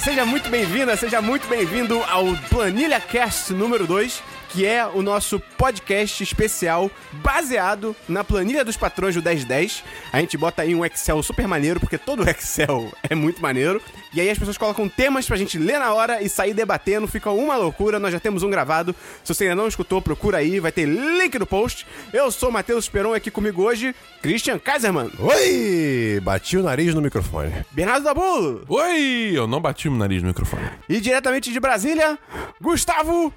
seja muito bem-vinda, seja muito bem-vindo ao Planilha Cast número 2, que é o nosso podcast especial baseado na planilha dos patrões do 1010. A gente bota aí um Excel super maneiro, porque todo Excel é muito maneiro. E aí as pessoas colocam temas pra gente ler na hora e sair debatendo, fica uma loucura. Nós já temos um gravado. Se você ainda não escutou, procura aí, vai ter link no post. Eu sou o Matheus Peron, aqui comigo hoje, Christian Kaiserman, Oi! Bati o nariz no microfone. Bernardo Dabulo Oi! Eu não bati o nariz no microfone. E diretamente de Brasília, Gustavo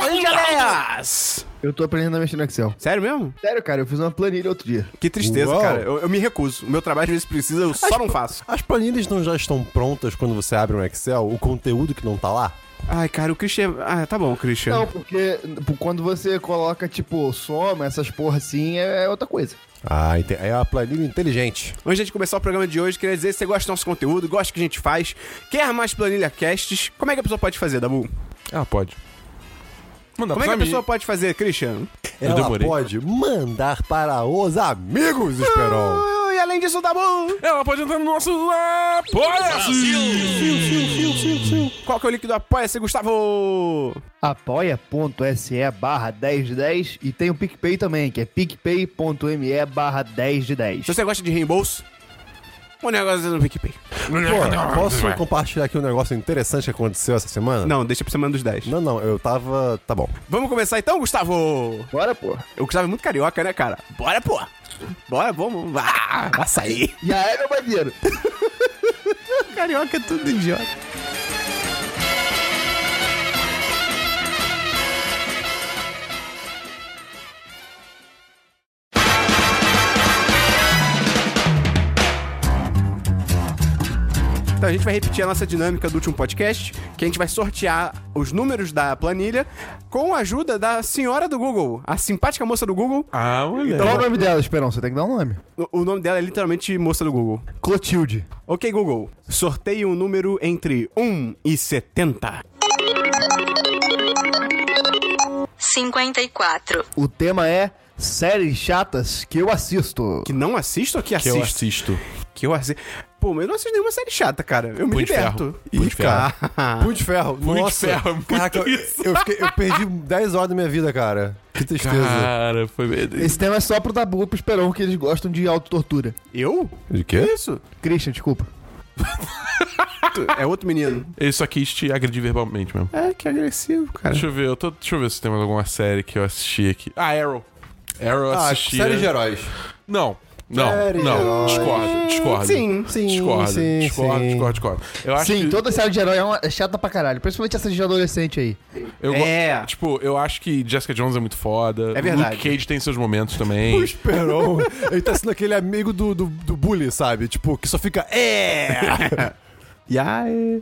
Angeléas. Eu tô aprendendo a mexer no Excel. Sério mesmo? Sério, cara, eu fiz uma planilha outro dia. Que tristeza, Uau. cara. Eu, eu me recuso. O meu trabalho às vezes precisa, eu só não faço. As planilhas não já estão prontas quando você abre um Excel? O conteúdo que não tá lá? Ai, cara, o Christian. Ah, tá bom, Christian. Não, porque p- quando você coloca, tipo, soma, essas porra assim, é é outra coisa. Ah, ente- é a planilha inteligente. Antes de a gente começar o programa de hoje, queria dizer, se você gosta do nosso conteúdo, gosta do que a gente faz, quer mais planilha casts, como é que a pessoa pode fazer, Dabu? Ah, pode. Manda Como é pros que a amigos. pessoa pode fazer, Christian? Eu Ela demorei. pode mandar para os amigos, Esperon. Ah, E além disso, Dabu, É, Ela pode entrar no nosso apoia qual que é o link do Apoia-se, Gustavo? Apoia.se barra 10 de 10 e tem o PicPay também, que é picpay.me barra 10 de 10. Se você gosta de reembolso, o negócio é no PicPay. Pô, posso compartilhar aqui um negócio interessante que aconteceu essa semana? Não, deixa pra semana dos 10. Não, não, eu tava. Tá bom. Vamos começar então, Gustavo? Bora, pô. O Gustavo é muito carioca, né, cara? Bora, pô! Bora, vamos! Ah, açaí! E aí, meu maneiro. Carioca é tudo idiota. Então a gente vai repetir a nossa dinâmica do último podcast, que a gente vai sortear os números da planilha com a ajuda da senhora do Google, a simpática moça do Google. Ah, mulher. Qual é o nome dela, Esperão? Você tem que dar um nome. O- O nome dela é literalmente moça do Google. Clotilde. Ok, Google. Sorteie um número entre 1 e 70. 54. O tema é séries chatas que eu assisto. Que não assisto ou que que eu assisto? assisto. Que eu assisto. Pô, mas eu não assisto nenhuma série chata, cara. Eu me Punho de liberto. Ferro. Punho de Ferro. Punho de ferro, de nossa. ferro, é muito Caraca, eu, isso. eu fiquei- eu perdi 10 horas da minha vida, cara. Que tristeza. Cara, foi Esse tema é só pro Dabu e pro Esperão, que eles gostam de autotortura. Eu? De quê? Isso. Christian, desculpa. Tu- É outro menino. Isso aqui te agredi verbalmente mesmo. É, que agressivo, cara. Deixa eu ver, eu tô, deixa eu ver se tem mais alguma série que eu assisti aqui. Ah, Arrow. Arrow eu Ah, assisti. série de heróis. Não. Não, Série de não, heróis. discordo, discordo. Sim, sim, discordo, sim, discordo, sim. discordo, discordo. Eu acho Sim, que toda série de herói é, uma, é chata pra caralho. Principalmente essa de adolescente aí. eu go- É. tipo, eu acho que Jessica Jones é muito foda. É verdade. Luke Cage tem seus momentos também. O Esperon, ele tá sendo aquele amigo do, do, do bully, sabe? Tipo, que só fica. É! Yai.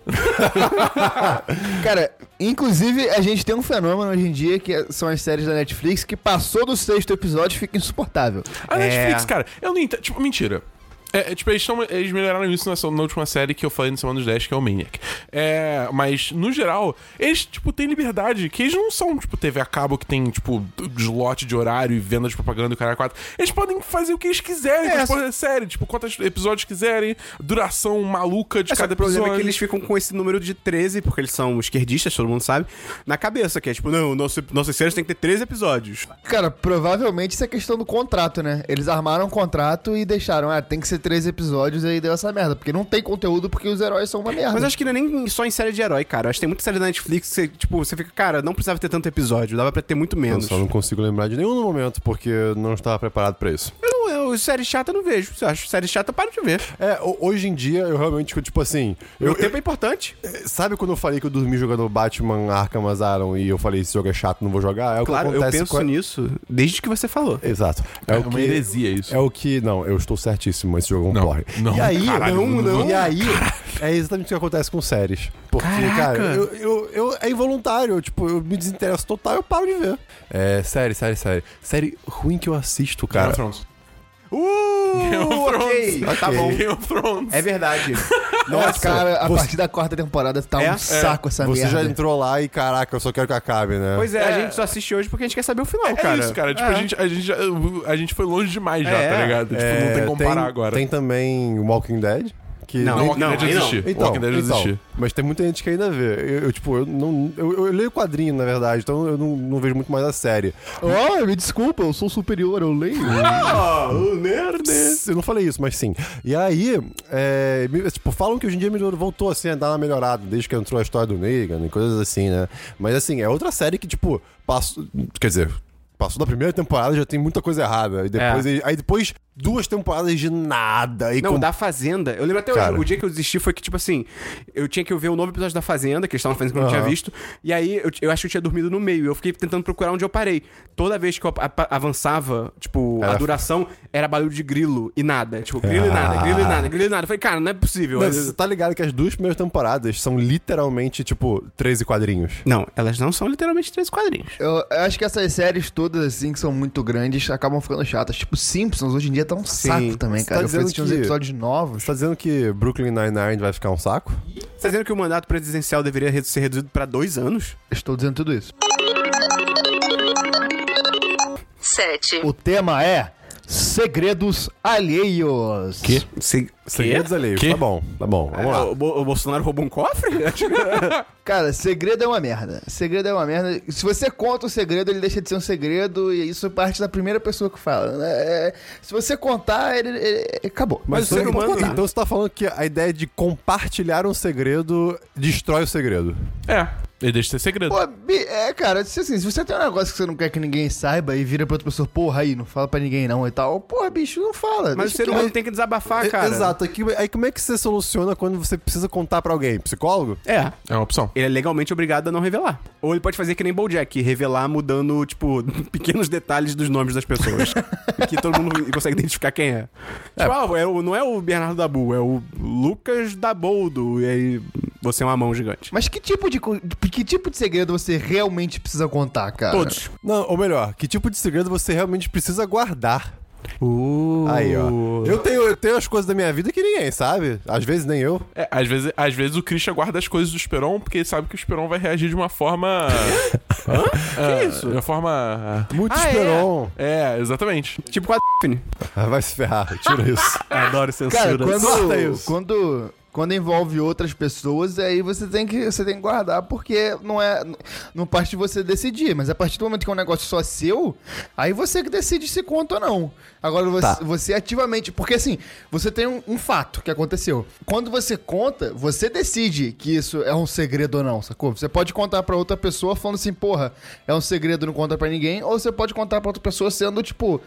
Cara, inclusive a gente tem um fenômeno hoje em dia que é- são as séries da Netflix que passou do sexto episódio e fica insuportável. A Netflix, É. cara, eu não entendo. Tipo, mentira. É, é, tipo, eles, tão- eles melhoraram isso nessa, na última série que eu falei no Semana dos 10, que é o Maniac. É, mas, no geral, eles, tipo, têm liberdade, que eles não são, tipo, TV a cabo que tem, tipo, slot de horário e venda de propaganda e o cara quatro. Eles podem fazer o que eles É, quiserem com as porra da série, tipo, quantos episódios quiserem, duração maluca de É, só que cada o problema episódio. é que eles ficam com esse número de 13, porque eles são esquerdistas, todo mundo sabe, na cabeça, que é tipo, não, nosso, nossas séries tem que ter 13 episódios. Cara, provavelmente isso é questão do contrato, né? Eles armaram um contrato e deixaram, ah, tem que ser três episódios e aí deu essa merda. Porque não tem conteúdo porque os heróis são uma merda. Mas eu acho que não é nem só em série de herói, cara. Eu acho que tem muita série da Netflix que, você, tipo, você fica, cara, não precisava ter tanto episódio, dava pra ter muito Eu menos. só não consigo lembrar de nenhum no momento, porque eu não estava preparado pra isso. Eu não, eu, série chata eu não vejo. Se eu acho série chata, eu paro de ver. É, ho- hoje em dia eu realmente, fico, tipo assim. Meu Eu, eu- tempo é importante. sabe quando eu falei que eu dormi jogando Batman Arkham Asylum e eu falei esse jogo é chato, não vou jogar? É o Claro, que eu acontece penso com a- nisso desde que você falou. Exato. É, É o uma que, heresia isso. É o que. Não, eu estou certíssimo. Esse jogo é um Não, porre. não, e aí, caralho, não, não. não. E aí, é exatamente o que acontece com séries. Porque, cara, eu, eu, eu- é involuntário. eu, Tipo, eu me desinteresso total eu paro de ver. É, série, série, série. Série ruim que eu assisto, Game cara. of Thrones. Uh, ok. Tá bom. Game of Thrones. É verdade. Nossa, cara, a você- partir da quarta temporada tá É? um saco essa Você já merda. entrou lá e, caraca, eu só quero que acabe, né? Pois é, a gente só assiste hoje porque a gente quer saber o final, É cara. isso, cara. Tipo, É. a, gente, a, gente já, a gente foi longe demais já, Tipo, É. É, tá ligado? Tipo, não tem como parar agora. Tem também Walking Dead. Que Não, Não, o não, Walking Dead aí não. existiu. O Então, Walking Dead então, existiu. mas tem muita gente que ainda vê. Eu, eu, tipo, eu não. Eu, eu leio quadrinho, na verdade, então eu não, não vejo muito mais a série. Ah, Oh, me desculpa, eu sou superior, eu leio. Oh, o nerd. Eu não falei isso, mas sim. E aí, é, me- tipo, falam que hoje em dia melhorou, voltou assim, a dar uma melhorada, desde que entrou a história do Negan e coisas assim, né? Mas assim, é outra série que, tipo, passou. Quer dizer. Passou da primeira temporada, já tem muita coisa errada. E depois, aí depois, duas temporadas de nada. E Não, com- da Fazenda. Eu lembro até hoje, Cara. o dia que eu desisti foi que, tipo assim, eu tinha que ver um novo episódio da Fazenda, que eles estavam fazendo que eu não tinha Aham. visto. E aí eu, eu acho que eu tinha dormido no meio. Eu fiquei tentando procurar onde eu parei. Toda vez que eu a- a- avançava, tipo, a Era- duração era barulho de grilo e nada. Tipo, grilo e nada, Ah. grilo e nada, grilo e nada. Eu falei, cara, não é possível. Não, Elas- Você tá ligado que as duas primeiras temporadas são literalmente, tipo, 13 quadrinhos. Não, elas não são literalmente três quadrinhos. Eu eu acho que essas séries todas, assim, que são muito grandes, acabam ficando chatas. Tipo, Simpsons hoje em dia tá um saco também, Você cara. tá eu fui dizendo assistir uns que- episódios novos. Você tá dizendo que Brooklyn Nine-Nine vai ficar um saco? Você tá dizendo que o mandato presidencial deveria redu- ser reduzido pra dois anos? Estou dizendo tudo isso. 7. O tema é segredos alheios. Que? Se... Segredos alheios. Quê? Tá bom, tá bom. Vamos Ah, lá. o, Bo- o Bolsonaro roubou um cofre? Acho que- Cara, segredo é uma merda. Segredo é uma merda. Se você conta o segredo, ele deixa de ser um segredo e isso parte da primeira pessoa que fala. É, é, se você contar, ele, ele- acabou. Mas o ser então- humano- Então você tá falando que a ideia de compartilhar um segredo destrói o segredo. É, ele deixa de ser segredo. Pô, bi- é, cara, se, assim, se você tem um negócio que você não quer que ninguém saiba e vira pra outra pessoa, porra, aí, não fala pra ninguém não e tal, porra, bicho, não fala. Mas o deixa ser que- humano tem que desabafar, É, Ah, cara. Exato. Aqui- aí como é que você soluciona quando você precisa contar pra alguém? Psicólogo? É. É uma opção. ele é legalmente obrigado a não revelar. Ou ele pode fazer que nem Bojack, revelar mudando, tipo, pequenos detalhes dos nomes das pessoas. que todo mundo consegue identificar quem é. Tipo, ah, é o- não é o Bernardo Dabu, é o Lucas Daboldo. E aí você é uma mão gigante. Mas que tipo de, co- que tipo de segredo você realmente precisa contar, cara? Todos. Não, ou melhor, que tipo de segredo você realmente precisa guardar? Aí, Uh. ó. Eu tenho, eu tenho as coisas da minha vida que ninguém sabe. Às vezes nem eu. É, às vezes, às vezes o Christian guarda as coisas do Esperon porque ele sabe que o Esperon vai reagir de uma forma. Hã? que isso? De uma forma. Muito Ah, é? esperon. É, exatamente. Tipo com a Daphne. Ah, vai se ferrar, tira isso. Adoro Cara, censura. Corta quando, isso. quando, quando envolve outras pessoas, aí você tem que você tem que guardar, porque não é não parte de você decidir, mas a partir do momento que é um negócio só seu, aí você que decide se conta ou não. Agora você, Tá. você ativamente, porque assim, você tem um, um fato que aconteceu. Quando você conta, você decide que isso é um segredo ou não, sacou? Você pode contar pra outra pessoa falando assim, porra, é um segredo, não conta pra ninguém, ou você pode contar pra outra pessoa sendo tipo,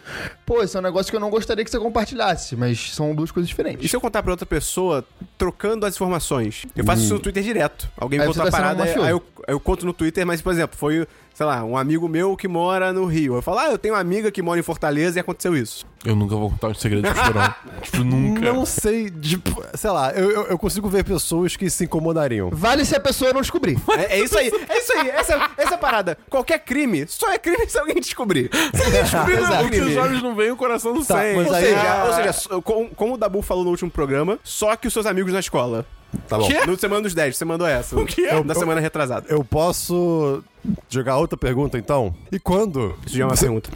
pô, esse é um negócio que eu não gostaria que você compartilhasse, mas são duas coisas diferentes. E se eu contar pra outra pessoa, trocando as informações? Eu faço isso no Twitter direto. Alguém me Aí conta você uma tá sendo parada, um aí mafioso. aí eu, aí eu conto no Twitter, mas, por exemplo, foi, sei lá, um amigo meu que mora no Rio. Eu falo, ah, eu tenho uma amiga que mora em Fortaleza e aconteceu isso. Eu nunca vou contar os segredos do Esperon. tipo, nunca. Não sei, tipo, sei lá, eu, eu- eu consigo ver pessoas que se incomodariam. Vale se a pessoa não descobrir. É, é isso aí, é isso aí, essa, essa parada. Qualquer crime só é crime se alguém descobrir. Se alguém descobrir, não é o que os crime. olhos não veem, o coração não Tá, sai. mas Ou aí- seja, ou seja, so- com- como o Dabu falou no último programa, só que os seus amigos na escola. Tá bom. No Semana dos 10, você mandou essa. O quê? Na semana retrasada. Eu posso jogar outra pergunta então? E quando? Isso já é uma pergunta.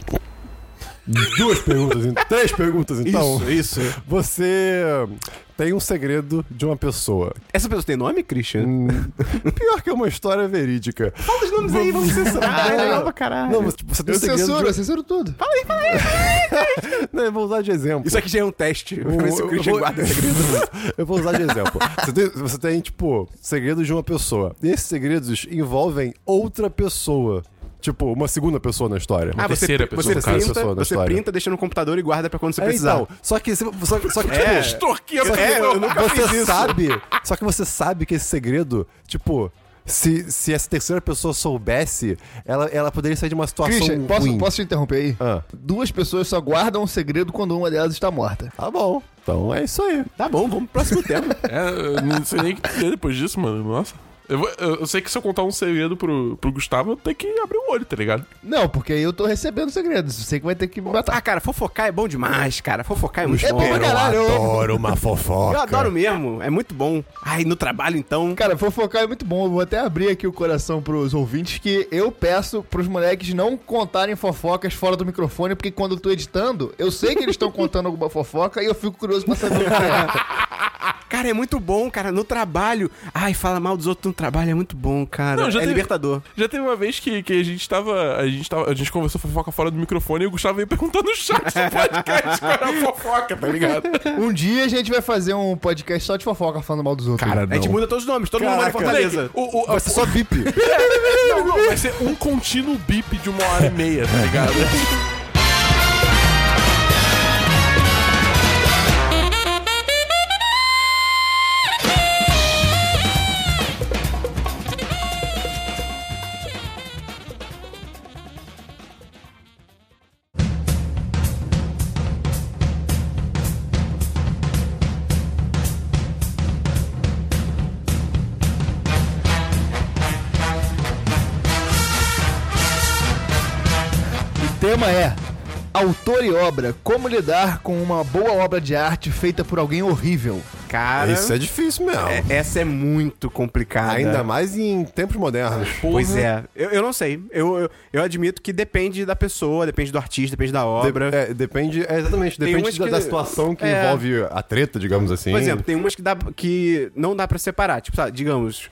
Duas perguntas, em- três perguntas então. isso, isso. Você tem um segredo de uma pessoa. Essa pessoa tem nome, Christian? Hum, Pior que é uma história verídica. Ah, Fala os nomes aí, vamos censurar. é legal pra caralho. Não, você, tipo, você tem Eu um segredo. censuro, eu de... censuro tudo. Não, eu vou usar de exemplo. Isso aqui já é um teste. Pra ver se o Eu- eu Christian vou- guarda o segredo. Eu vou usar de exemplo. Você tem, você tem, tipo, segredos de uma pessoa. E esses segredos envolvem outra pessoa. Tipo, uma segunda pessoa na história. Ah, terceira pessoa, você no caso. printa, Pessoa na você história. printa, deixa no computador e guarda pra quando você É, precisar. então, só que, se- só, só que É. tipo, Extorquia pra É, eu pessoa. nunca fiz você isso. sabe, só que você sabe que esse segredo, tipo, se, se essa terceira pessoa soubesse, ela, ela poderia sair de uma situação Christian, posso, ruim. posso te interromper aí? Ah. Duas pessoas só guardam um segredo quando uma delas está morta. Tá bom. Então é isso aí. Tá bom, vamos pro próximo tema. É, eu não sei nem o que dizer depois disso, mano. Nossa. Eu, vou- eu- eu sei que se eu contar um segredo pro, pro Gustavo, eu tenho que abrir o olho, tá ligado? Não, porque aí eu tô recebendo segredos. Você que vai ter que me Ah, matar. cara, fofocar é bom demais, cara. Fofocar é muito É bom. bom pra caralho. Eu, amo. uma fofoca. Eu adoro mesmo, é muito bom. Ai, no trabalho então. Cara, fofocar é muito bom. Eu vou até abrir aqui o coração pros ouvintes que eu peço pros moleques não contarem fofocas fora do microfone, porque quando eu tô editando, eu sei que eles estão contando alguma fofoca e eu fico curioso pra saber o que é. Cara, é muito bom, cara, no trabalho. Ai, fala mal dos outros no trabalho, é muito bom, cara. é teve- libertador. Já teve uma vez que, que a gente tava. A gente tava. A gente conversou fofoca fora do microfone e o Gustavo veio perguntar no chat do podcast qual era a fofoca, tá ligado? Um dia a gente vai fazer um podcast só de fofoca falando mal dos outros. É A gente muda todos os nomes, todo mundo mora em Caraca. Fortaleza. O, o, a- Vai ser só VIP. não, não, vai ser um contínuo bip de uma hora e meia, tá ligado? O tema é Autor e obra, como lidar com uma boa obra de arte feita por alguém horrível. Cara, Isso é difícil mesmo. é- essa é muito complicada. Ainda mais em tempos modernos. É. Pois é, eu, eu não sei. Eu, eu, eu admito que depende da pessoa, depende do artista, depende da obra. De- é, depende, é, exatamente, Tem depende umas da, que- da situação que é. envolve a treta, digamos assim. Por exemplo, tem umas que, dá, que não dá pra separar. Tipo, sabe, digamos.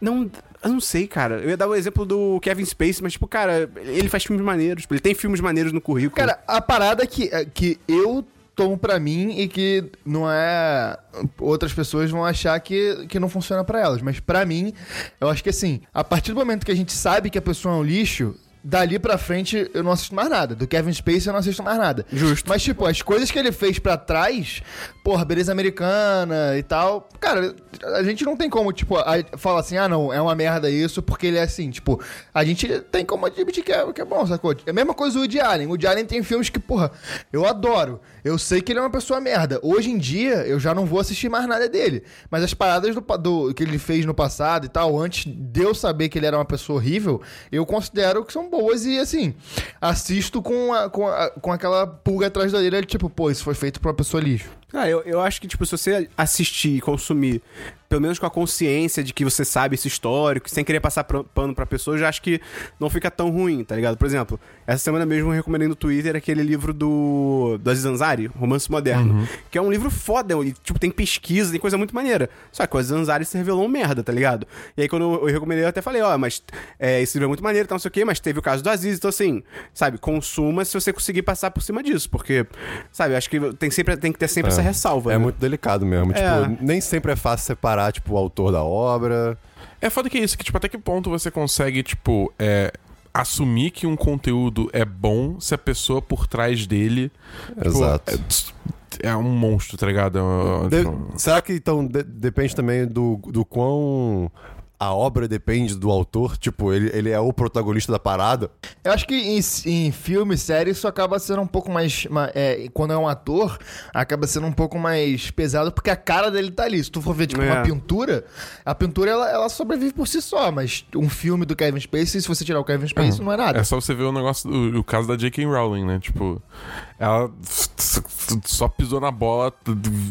Não. Eu não sei, cara. Eu ia dar o exemplo do Kevin Space, mas, tipo, cara, ele faz filmes maneiros. tipo, Ele tem filmes maneiros no currículo. Cara, a parada é que, que eu tomo pra mim e que não é. Outras pessoas vão achar que, que não funciona pra elas, mas pra mim, eu acho que assim, a partir do momento que a gente sabe que a pessoa é um lixo. Dali pra frente eu não assisto mais nada. Do Kevin Spacey eu não assisto mais nada. Justo. Mas, tipo, as coisas que ele fez pra trás, porra, beleza americana e tal. Cara, a gente não tem como, tipo, a- falar assim, ah, não, é uma merda isso, porque ele é assim, tipo, a gente tem como admitir que é, que é bom, sacou? É a mesma coisa do Woody Allen. O Woody Allen tem filmes que, porra, eu adoro. Eu sei que ele é uma pessoa merda. Hoje em dia, eu já não vou assistir mais nada dele. Mas as paradas do, pa- do- que ele fez no passado e tal, antes de eu saber que ele era uma pessoa horrível, eu considero que são boas e, assim, assisto com, a- com, a- com aquela pulga atrás da orelha, tipo, pô, isso foi feito pra uma pessoa lixo. Ah, eu, eu acho que, tipo, se você assistir e consumir, pelo menos com a consciência de que você sabe esse histórico, sem querer passar pra- pano pra pessoa, eu já acho que não fica tão ruim, tá ligado? Por exemplo, essa semana mesmo eu recomendei no Twitter aquele livro do, do Aziz Ansari, Romance Moderno, que é um livro foda, e, tipo, tem pesquisa, tem coisa muito maneira. Só que o Aziz Ansari se revelou um merda, tá ligado? E aí quando eu recomendei, eu até falei, ó, mas é, esse livro é muito maneiro, tá, não sei o quê, mas teve o caso do Aziz, então assim, sabe, consuma se você conseguir passar por cima disso, porque, sabe, eu acho que tem, sempre, tem que ter sempre essa ressalva. né? É muito delicado mesmo. É. Tipo, nem sempre é fácil separar, tipo, o autor da obra. É foda que é isso, que tipo, até que ponto você consegue, tipo, é, assumir que um conteúdo é bom se a pessoa por trás dele tipo, Exato. é, é um monstro, tá ligado? É um- De- tipo, Será que então de- depende também do, do quão a obra depende do autor? Tipo, ele, ele é o protagonista da parada? Eu acho que em, em filme, série, isso acaba sendo um pouco mais. ma- é, quando é um ator, acaba sendo um pouco mais pesado, porque a cara dele tá ali. Se tu for ver, tipo, É. uma pintura, a pintura ela, ela sobrevive por si só, mas um filme do Kevin Spacey, se você tirar o Kevin Spacey, não é nada. É só você ver o negócio, o, o caso da J.K. Rowling, né? Tipo, ela só pisou na bola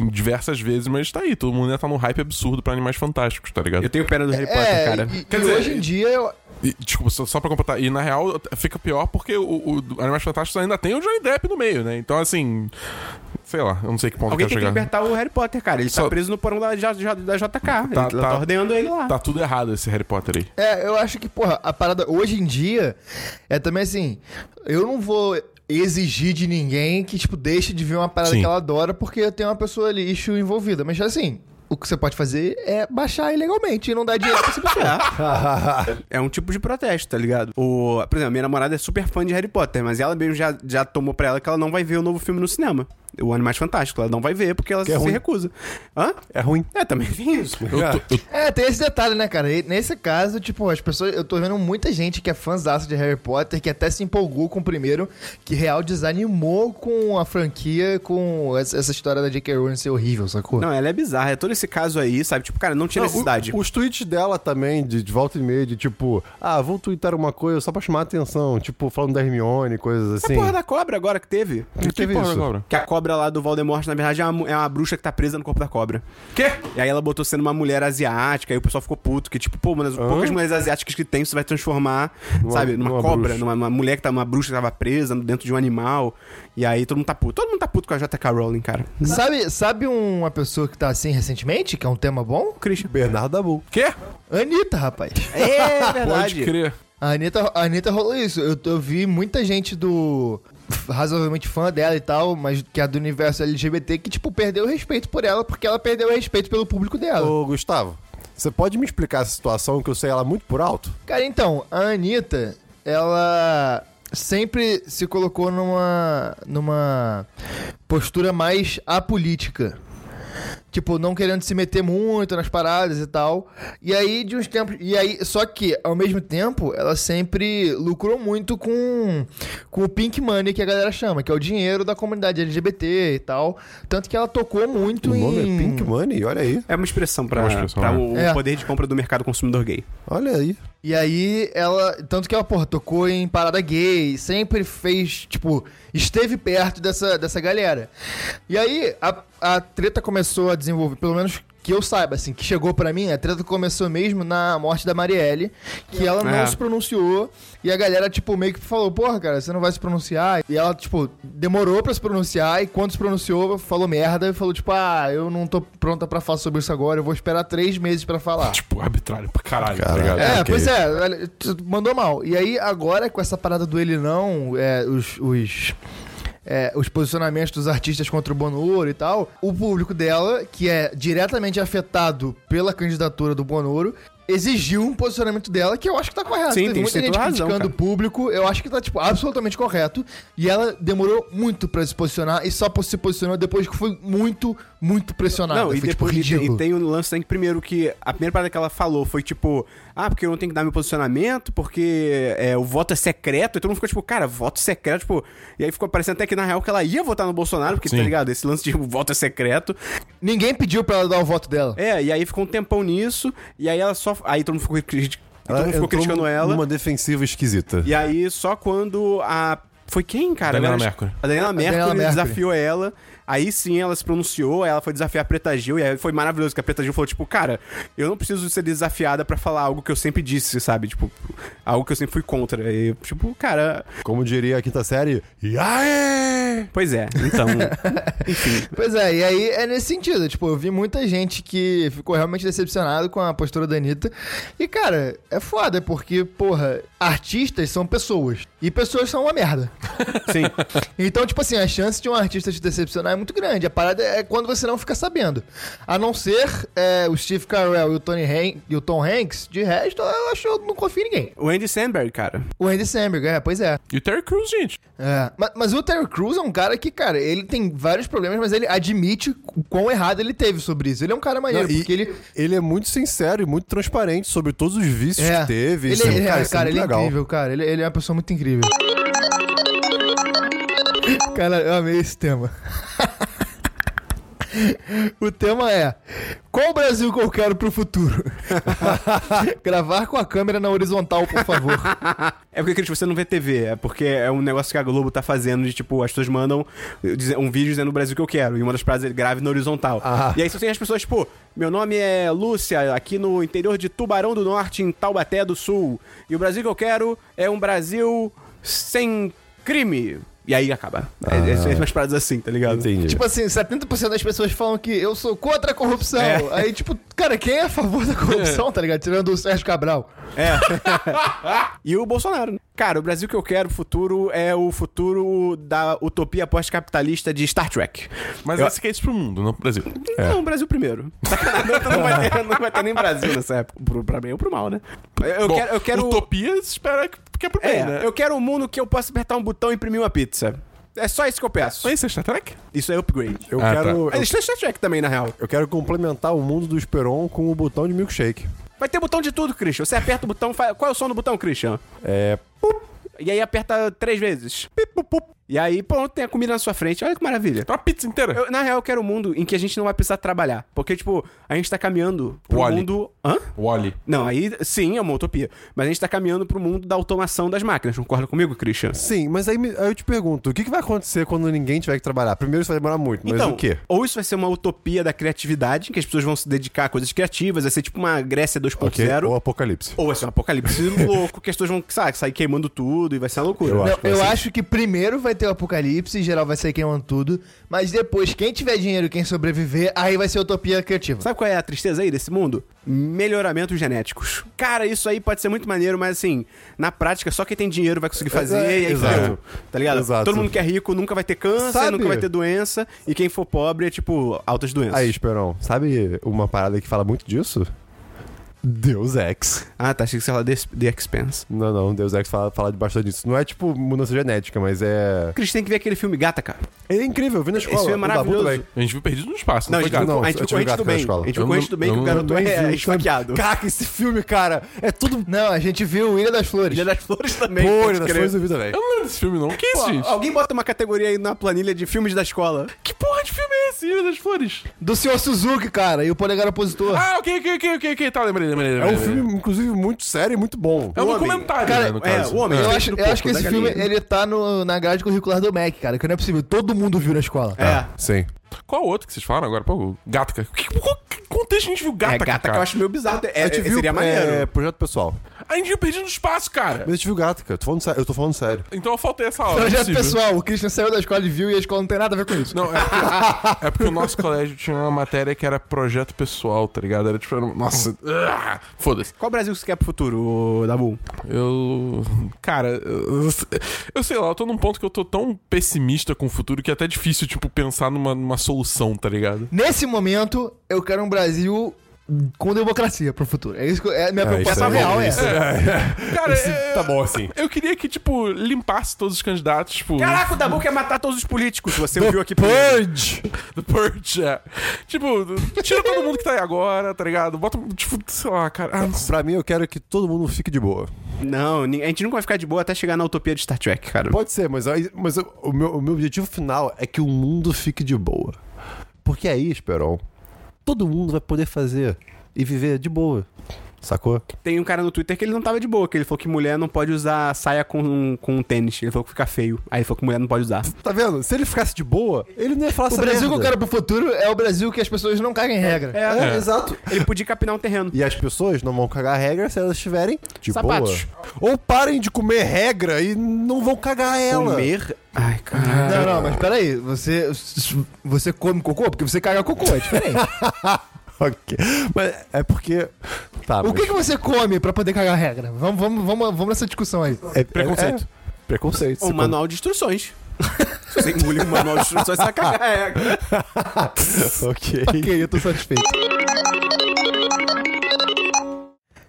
diversas vezes, mas tá aí. Todo mundo ainda tá num hype absurdo pra Animais Fantásticos, tá ligado? Eu tenho pena do Harry Potter, É, cara. e, Quer e dizer- hoje em dia, eu- E, desculpa, só, só pra completar. E na real, fica pior porque o, o do Animais Fantásticos ainda tem o Johnny Depp no meio, né? Então, assim. Sei lá, eu não sei que ponto Alguém eu tem que quero chegar. libertar o Harry Potter, cara. Ele Só- tá preso no porão da, J- J- da JK. ele Tá- tá, tá- ordenando ele lá. Tá tudo errado esse Harry Potter aí. É, eu acho que, porra, a parada hoje em dia é também assim. Eu não vou exigir de ninguém que, tipo, deixe de ver uma parada Sim. que ela adora porque tem uma pessoa lixo envolvida. Mas assim, o que você pode fazer é baixar ilegalmente e não dar dinheiro pra essa pessoa. É um tipo de protesto, tá ligado? O, por exemplo, minha namorada é super fã de Harry Potter, mas ela mesmo já, já tomou pra ela que ela não vai ver o novo filme no cinema. O Animais Fantásticos. Ela não vai ver porque ela é se ruim. recusa. Hã? É ruim. É, também tem isso. Ah, Eu tô- eu É, tem esse detalhe, né, cara? E nesse caso, tipo, as pessoas. Eu tô vendo muita gente que é fãzaça de Harry Potter, que até se empolgou com o primeiro, que real desanimou com a franquia, com essa essa história da J.K. Rowling ser horrível, sacou? Não, ela é bizarra. É todo esse caso aí, sabe? Tipo, cara, não tinha Não, necessidade. o- os tweets dela também, de, de volta e meia, de tipo, ah, vou twittar uma coisa só pra chamar a atenção, tipo, falando da Hermione, coisas A assim. É, porra da cobra agora que teve. Que Que teve porra, isso? cobra? Que a cobra lá do Voldemort, na verdade, é uma, mu- é uma bruxa que tá presa no corpo da cobra. Quê? E aí ela botou sendo uma mulher asiática, aí o pessoal ficou puto, que tipo, pô, uma das poucas mulheres asiáticas que tem, você vai transformar, sabe, numa, numa cobra, bruxa. numa, numa mulher que tá, uma bruxa que tava presa dentro de um animal. E aí todo mundo tá puto. Todo mundo tá puto com a JK Rowling, cara. Sabe, sabe uma pessoa que tá assim recentemente, que é um tema bom? Christian. Bernardo Dabu. Quê? Anitta, rapaz. É Pode crer. A Anitta, a Anitta rolou isso. Eu, eu vi muita gente do. razoavelmente fã dela e tal, mas que é do universo LGBT, que, tipo, perdeu o respeito por ela, porque ela perdeu o respeito pelo público dela. Ô, Gustavo, você pode me explicar essa situação que eu sei ela muito por alto? Cara, então, a Anitta, ela sempre se colocou numa, numa postura mais apolítica. Tipo, não querendo se meter muito nas paradas e tal. E aí, de uns tempos. E aí, só que, ao mesmo tempo, ela sempre lucrou muito com, com o Pink Money, que a galera chama, que é o dinheiro da comunidade LGBT e tal. Tanto que ela tocou muito O em. nome é Pink Money, olha aí. É uma expressão pra, É uma expressão, pra né? o, o É. poder de compra do mercado consumidor gay. Olha aí. E aí ela. Tanto que ela, porra, tocou em parada gay, sempre fez, tipo, esteve perto dessa, dessa galera. E aí a, a treta começou a desenvolver, pelo menos que eu saiba, assim, que chegou pra mim, a treta começou mesmo na morte da Marielle, que ela não É. se pronunciou, e a galera, tipo, meio que falou, porra, cara, você não vai se pronunciar. E ela, tipo, demorou pra se pronunciar, e quando se pronunciou, falou merda, e falou, tipo, ah, eu não tô pronta pra falar sobre isso agora, eu vou esperar três meses pra falar. Tipo, arbitrário pra caralho, tá Caralho. ligado? É, ok. pois é, olha, tu mandou mal. E aí, agora com essa parada do ele não, é, os. os... é, os posicionamentos dos artistas contra o Bonoro e tal, o público dela, que é diretamente afetado pela candidatura do Bonoro, exigiu um posicionamento dela que eu acho que tá correto. Sim, Teve tem- muita tem gente toda a razão, criticando o cara. público, eu acho que tá, tipo, absolutamente correto. E ela demorou muito pra se posicionar e só se posicionou depois que foi muito, muito pressionada. Não, foi, e, tipo, depois, e tem- ridículo. e tem o lance também que primeiro que a primeira parada que ela falou foi tipo, ah, porque eu não tenho que dar meu posicionamento, porque é, o voto é secreto, e todo mundo ficou tipo, cara, voto secreto, tipo, e aí ficou parecendo até que na real que ela ia votar no Bolsonaro, porque, tá Sim. ligado, esse lance de o voto é secreto. Ninguém pediu pra ela dar o voto dela. É, e aí ficou um tempão nisso, e aí ela só, aí todo mundo ficou, criti- todo mundo ficou entrou criticando ela, Numa defensiva esquisita. e aí só quando a... Foi quem, cara? Daniela Ela- Mercury. A Daniela Mercury, Daniela Mercury. desafiou ela. Aí sim ela se pronunciou, aí ela foi desafiar a Preta Gil, e aí foi maravilhoso que a Preta Gil falou, tipo, cara, eu não preciso ser desafiada pra falar algo que eu sempre disse, sabe? Tipo, algo que eu sempre fui contra. E, tipo, cara, Como diria a quinta série, e aí? pois é. Então, enfim. Pois é, e aí é nesse sentido. Tipo, eu vi muita gente que ficou realmente decepcionado com a postura da Anitta. E, cara, é foda, porque, porra, artistas são pessoas. E pessoas são uma merda. Sim. Então, tipo assim, a chance de um artista te decepcionar é muito grande. A parada é quando você não fica sabendo. A não ser é, o Steve Carell e o, Tony Han- e o Tom Hanks, de resto, eu acho que eu não confio em ninguém. O Andy Sandberg, cara. O Andy Samberg, é, pois é. E o Terry Crews, gente. É, ma- mas, o Terry Crews é um cara que, cara, ele tem vários problemas, mas ele admite o quão errado ele teve sobre isso. Ele é um cara maneiro, Não, e- porque ele. Ele é muito sincero e muito transparente sobre todos os vícios É, que teve. ele, Isso ele, cara, isso ele muito é incrível, cara. Ele, ele é uma pessoa muito incrível. Cara, eu amei esse tema. O tema é: Qual o Brasil que eu quero pro futuro? Gravar com a câmera na horizontal, por favor. É porque Cris, você não vê TV, é porque é um negócio que a Globo tá fazendo de tipo, as pessoas mandam eh, dizer- um vídeo dizendo o Brasil que eu quero, e uma das frases ele grave na horizontal. Ah. E aí você tem as pessoas, tipo, meu nome é Lúcia, aqui no interior de Tubarão do Norte, em Taubaté do Sul. E o Brasil que eu quero é um Brasil sem crime. E aí acaba. É, é, é umas frases assim, tá ligado? Ah. Entendi. Tipo assim, 70% das pessoas falam que eu sou contra a corrupção. É. Aí, tipo, cara, quem é a favor da corrupção, tá ligado? Tirando o Sérgio Cabral. É. e o Bolsonaro. né? Cara, o Brasil que eu quero, o futuro, é o futuro da utopia pós-capitalista de Star Trek. Mas Eu- É. essa que é isso pro mundo, não pro Brasil. Não, Brasil primeiro. Sacanagem, não vai ter, não vai ter nem Brasil nessa época. Pro, pra bem ou pro mal, né? Eu, eu Bom, quero. Eu quero, Utopia se espera que que é pro bem, é, né? eu quero um mundo que eu possa apertar um botão e imprimir uma pizza. É só isso que eu peço. Mas isso é Star Trek? Isso é upgrade. Eu, Ah, quero, Mas eu, Isso é Star Trek também, na real. eu quero complementar o mundo do Esperon com o botão de milkshake. Vai ter botão de tudo, Christian. Você aperta o botão, faz... Qual é o som do botão, Christian? É. E aí aperta três vezes. Pip, pup, pup. E aí, pronto, tem a comida na sua frente. Olha que maravilha. Uma pizza inteira. Eu, na real, eu quero um mundo em que a gente não vai precisar trabalhar. Porque, tipo, a gente tá caminhando pro Wall-E. mundo. Hã? Wally. Não, aí sim é uma utopia. Mas a gente tá caminhando pro mundo da automação das máquinas. Concorda comigo, Christian? Sim, mas aí, me- aí eu te pergunto, o que, que vai acontecer quando ninguém tiver que trabalhar? Primeiro isso vai demorar muito, mas o quê? Então, ou isso vai ser uma utopia da criatividade, em que as pessoas vão se dedicar a coisas criativas, vai ser tipo uma Grécia 2.0. Ok, Ou apocalipse. Ou vai ser um apocalipse louco, que as pessoas vão sabe, sair queimando tudo e vai ser uma loucura. Eu Não, acho que vai eu ser. acho que primeiro vai ter o apocalipse, em geral vai sair queimando tudo, mas depois, quem tiver dinheiro e quem sobreviver, aí vai ser utopia criativa. Sabe qual é a tristeza aí desse mundo? Melhoramentos genéticos. Cara, isso aí pode ser muito maneiro, mas assim, na prática, só quem tem dinheiro vai conseguir fazer. É, e aí, exato. fudeu. Tá ligado? Exato. Todo mundo que é rico nunca vai ter câncer, Sabe- nunca vai ter doença. E quem for pobre é, tipo, altas doenças. Aí, Esperão, sabe uma parada que fala muito disso? Deus Ex. Ah, tá. Achei que você fala The, The Expense. Não, não, Deus Ex fala, fala de bastante disso. Não é tipo mudança genética, mas é. Cris, tem que ver aquele filme Gata, cara. É incrível, eu vi na escola. filme é o Dabu maravilhoso. também. A gente viu perdido no espaço, Não, a foi, gente cara? ficou- não, a gente ficou eu tive antes do gato na bem. escola. A gente Eu ficou não- antes do bem que o eu garoto Também é vi, esfaqueado. também. Caraca, esse filme, cara, é tudo. Não, a gente viu Ilha das Flores. Dia das Flores também. Pô, pode das crer. coisas da vida, velho. Eu não lembro desse filme, não. Que isso, Pô, gente? alguém bota uma categoria aí na planilha de filmes da escola. Que porra de filme é esse, Ilha das Flores? Do senhor Suzuki, cara, e o polegar opositor. Ah, ok, ok, ok, ok, ok. Tá, lembrei, lembrei. É um lembrei. filme, inclusive, muito sério e muito bom. É um homem. documentário, Cara, né, no é, caso. o homem. Eu Feito acho, do eu porco, acho que da esse filme galinha. ele tá no- na grade curricular do MEC, cara, que não é possível. Todo mundo viu na escola. É. Sim. Qual outro que vocês falaram agora? Pô, Gataca. Que, qual que contexto a gente viu Gataca, É, gata que cara? eu acho meio bizarro. É, Eu te é- vi seria o- maneiro. É, projeto pessoal. A gente viu perdido no espaço, cara. Mas eu te vi o gato, cara. Tô falando sério. Eu tô falando sério. Então eu faltei essa aula. Projeto não é possível. pessoal, o Christian saiu da escola e viu e a escola não tem nada a ver com isso. Não, é porque, é porque o nosso colégio tinha uma matéria que era projeto pessoal, tá ligado? Era tipo, era um- nossa, ah, foda-se. Qual Brasil que você quer pro futuro, ô, Dabu? Eu. Cara, eu, eu sei lá, eu tô num ponto que eu tô tão pessimista com o futuro que é até difícil, tipo, pensar numa, numa solução, tá ligado? Nesse momento, eu quero um Brasil com democracia pro futuro. É isso que é a minha preocupação Ah, isso aí, real, é isso essa. Cara, é- Tá bom assim. Eu queria que, tipo, limpasse todos os candidatos, tipo. Caraca, o Dabu quer matar todos os políticos. Você ouviu aqui primeiro. Purge! The Purge, é. Tipo, tira todo mundo que tá aí agora, tá ligado? Bota, tipo, sei lá, cara. Ah, não sei. Pra mim, eu quero que todo mundo fique de boa. Não, nin- a gente nunca vai ficar de boa até chegar na utopia de Star Trek, cara. Pode ser, mas, aí- mas eu- o, meu, o meu objetivo final é que o mundo fique de boa. Porque aí, Esperon, todo mundo vai poder fazer e viver de boa. Sacou? Tem um cara no Twitter que ele não tava de boa, que ele falou que mulher não pode usar saia com, com um tênis. Ele falou que fica feio. Aí ele falou que mulher não pode usar. Tá vendo? Se ele ficasse de boa, ele não ia falar O essa Brasil que eu merda. quero pro futuro é o Brasil que as pessoas não cagam em regra. É, exato. Ele podia capinar um terreno. E as pessoas não vão cagar regra se elas estiverem de Sapatos. boa. Ou parem de comer regra e não vão cagar ela. Comer. Ai, caralho. Não, não, mas peraí, você, você come cocô? Porque você caga cocô, é diferente. Ok. Mas é porque. Tá, o mas- que, que você come pra poder cagar regra? Vamos, vamos, vamos, vamos nessa discussão aí. É, Preconceito. é- é preconceito. Ou Se um manual de instruções. É, Se você engolir um manual de instruções, você vai cagar regra. quando- Ok. Ok, eu tô satisfeito.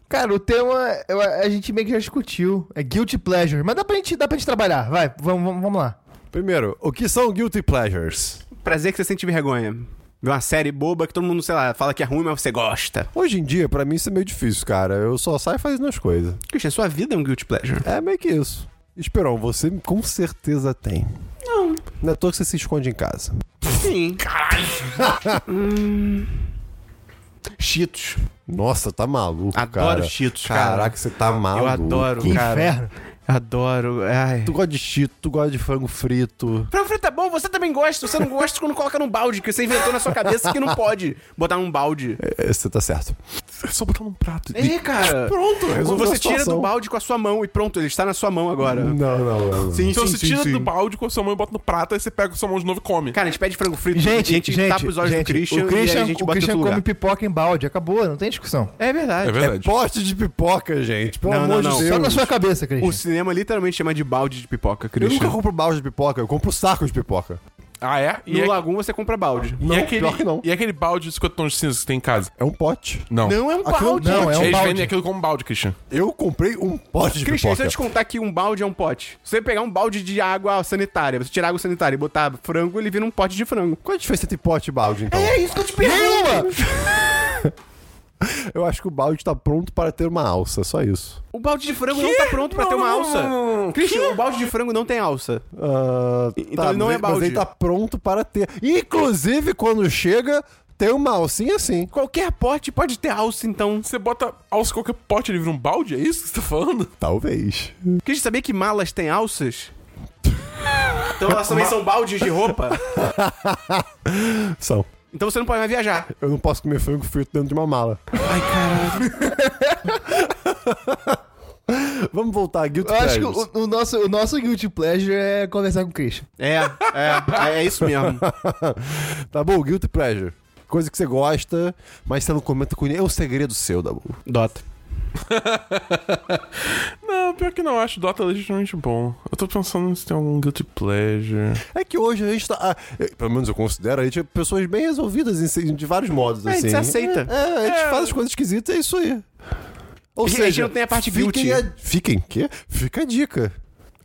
Cara, o tema eu- a gente meio que já discutiu. É guilty pleasure. Mas dá pra gente, dá pra gente trabalhar. Vai, vamos, vamos, vamos lá. Primeiro, o que são guilty pleasures? Prazer que você sente vergonha. Ver uma série boba que todo mundo, sei lá, fala que é ruim, mas você gosta. Hoje em dia, pra mim, isso é meio difícil, cara. Eu só saio fazendo as coisas. Christian, sua vida é um guilty pleasure. É meio que isso. Esperão, você com certeza tem. Não. Não é à toa que você se esconde em casa. Sim. Caralho. hum... Cheetos. Nossa, tá maluco, cara. Adoro Cheetos, cara. Caraca, você tá maluco. Eu adoro, Que cara. inferno. Adoro. Ai. Tu gosta de Cheeto, tu gosta de frango frito. Frango frito é bom, você também gosta. Você não gosta quando coloca num balde, que você inventou na sua cabeça que não pode botar num balde. É, Você tá certo. É só botar num prato. É, cara. Pronto, Ou resolveu a você tira situação. Hum. do balde com a sua mão e pronto, ele está na sua mão agora. Não, não, não. não. Então você tira do balde com a sua mão e bota no prato, aí você pega com a sua mão de novo e come. Cara, a gente pede frango frito, Gente, a gente, gente, tapa os olhos gente, do Christian, o Christian, é e a gente o bota em Christian outro come lugar. pipoca em balde. Acabou, não tem discussão. É verdade. É É verdade. pote de pipoca, gente. Pelo Não, amor não, não. de Só na Deus. sua cabeça, Christian. O cinema literalmente chama de balde de pipoca, Eu Christian. nunca compro balde de pipoca, eu compro saco de pipoca. Ah, é? No E, é, Lagum você compra balde. e é Não, aquele, pior que não. E aquele balde de 50 tons de cinza que você tem em casa? É um pote. Não. Não é um Aquilo- balde. não, é um Eles balde. vendem aquilo como balde, Christian. Eu comprei um pote de Christian, se eu pipoca. te contar que um balde é um pote. Se você pegar um balde de água sanitária, você tirar água sanitária e botar frango, ele é vira um pote de frango. Qual a diferença entre pote e balde, então? isso que eu te pergunto. Eu acho que o balde tá pronto para ter uma alça, só isso. O balde de frango não tá pronto pra Não, ter uma não, alça. não, não, não. Christian, o balde de frango não tem alça. Ah, Então ele não mas- é balde. Mas ele tá pronto para ter. Inclusive, quando chega, tem uma alcinha assim. Qualquer pote pode ter alça, então. Você bota alça em qualquer pote, ele vira um balde? É isso que você tá falando? Talvez. Christian, sabia que malas têm alças? Então elas também são baldes de roupa. São. Então você não pode mais viajar. Eu não posso comer frango frito dentro de uma mala. Ai, caralho. Vamos voltar, Guilty Eu acho que Pleasures. o, o nosso, o nosso guilty pleasure é conversar com o Christian. É, é, é isso mesmo. Tá bom, Guilty Pleasure. Coisa que você gosta, mas você não comenta com ninguém. É um segredo seu, Dabu. Dota. Não, pior que não. eu Acho Dota legitimamente bom. Eu tô pensando se tem algum guilty pleasure. É que hoje a gente tá. ah, eu- pelo menos eu considero a gente é pessoas bem resolvidas em se- de vários modos. É, a assim. gente se aceita. É, a gente É. faz as coisas esquisitas e é isso aí. Ou E a gente seja, não tem a parte fiquem guilty. A, fiquem quê? Fica a dica.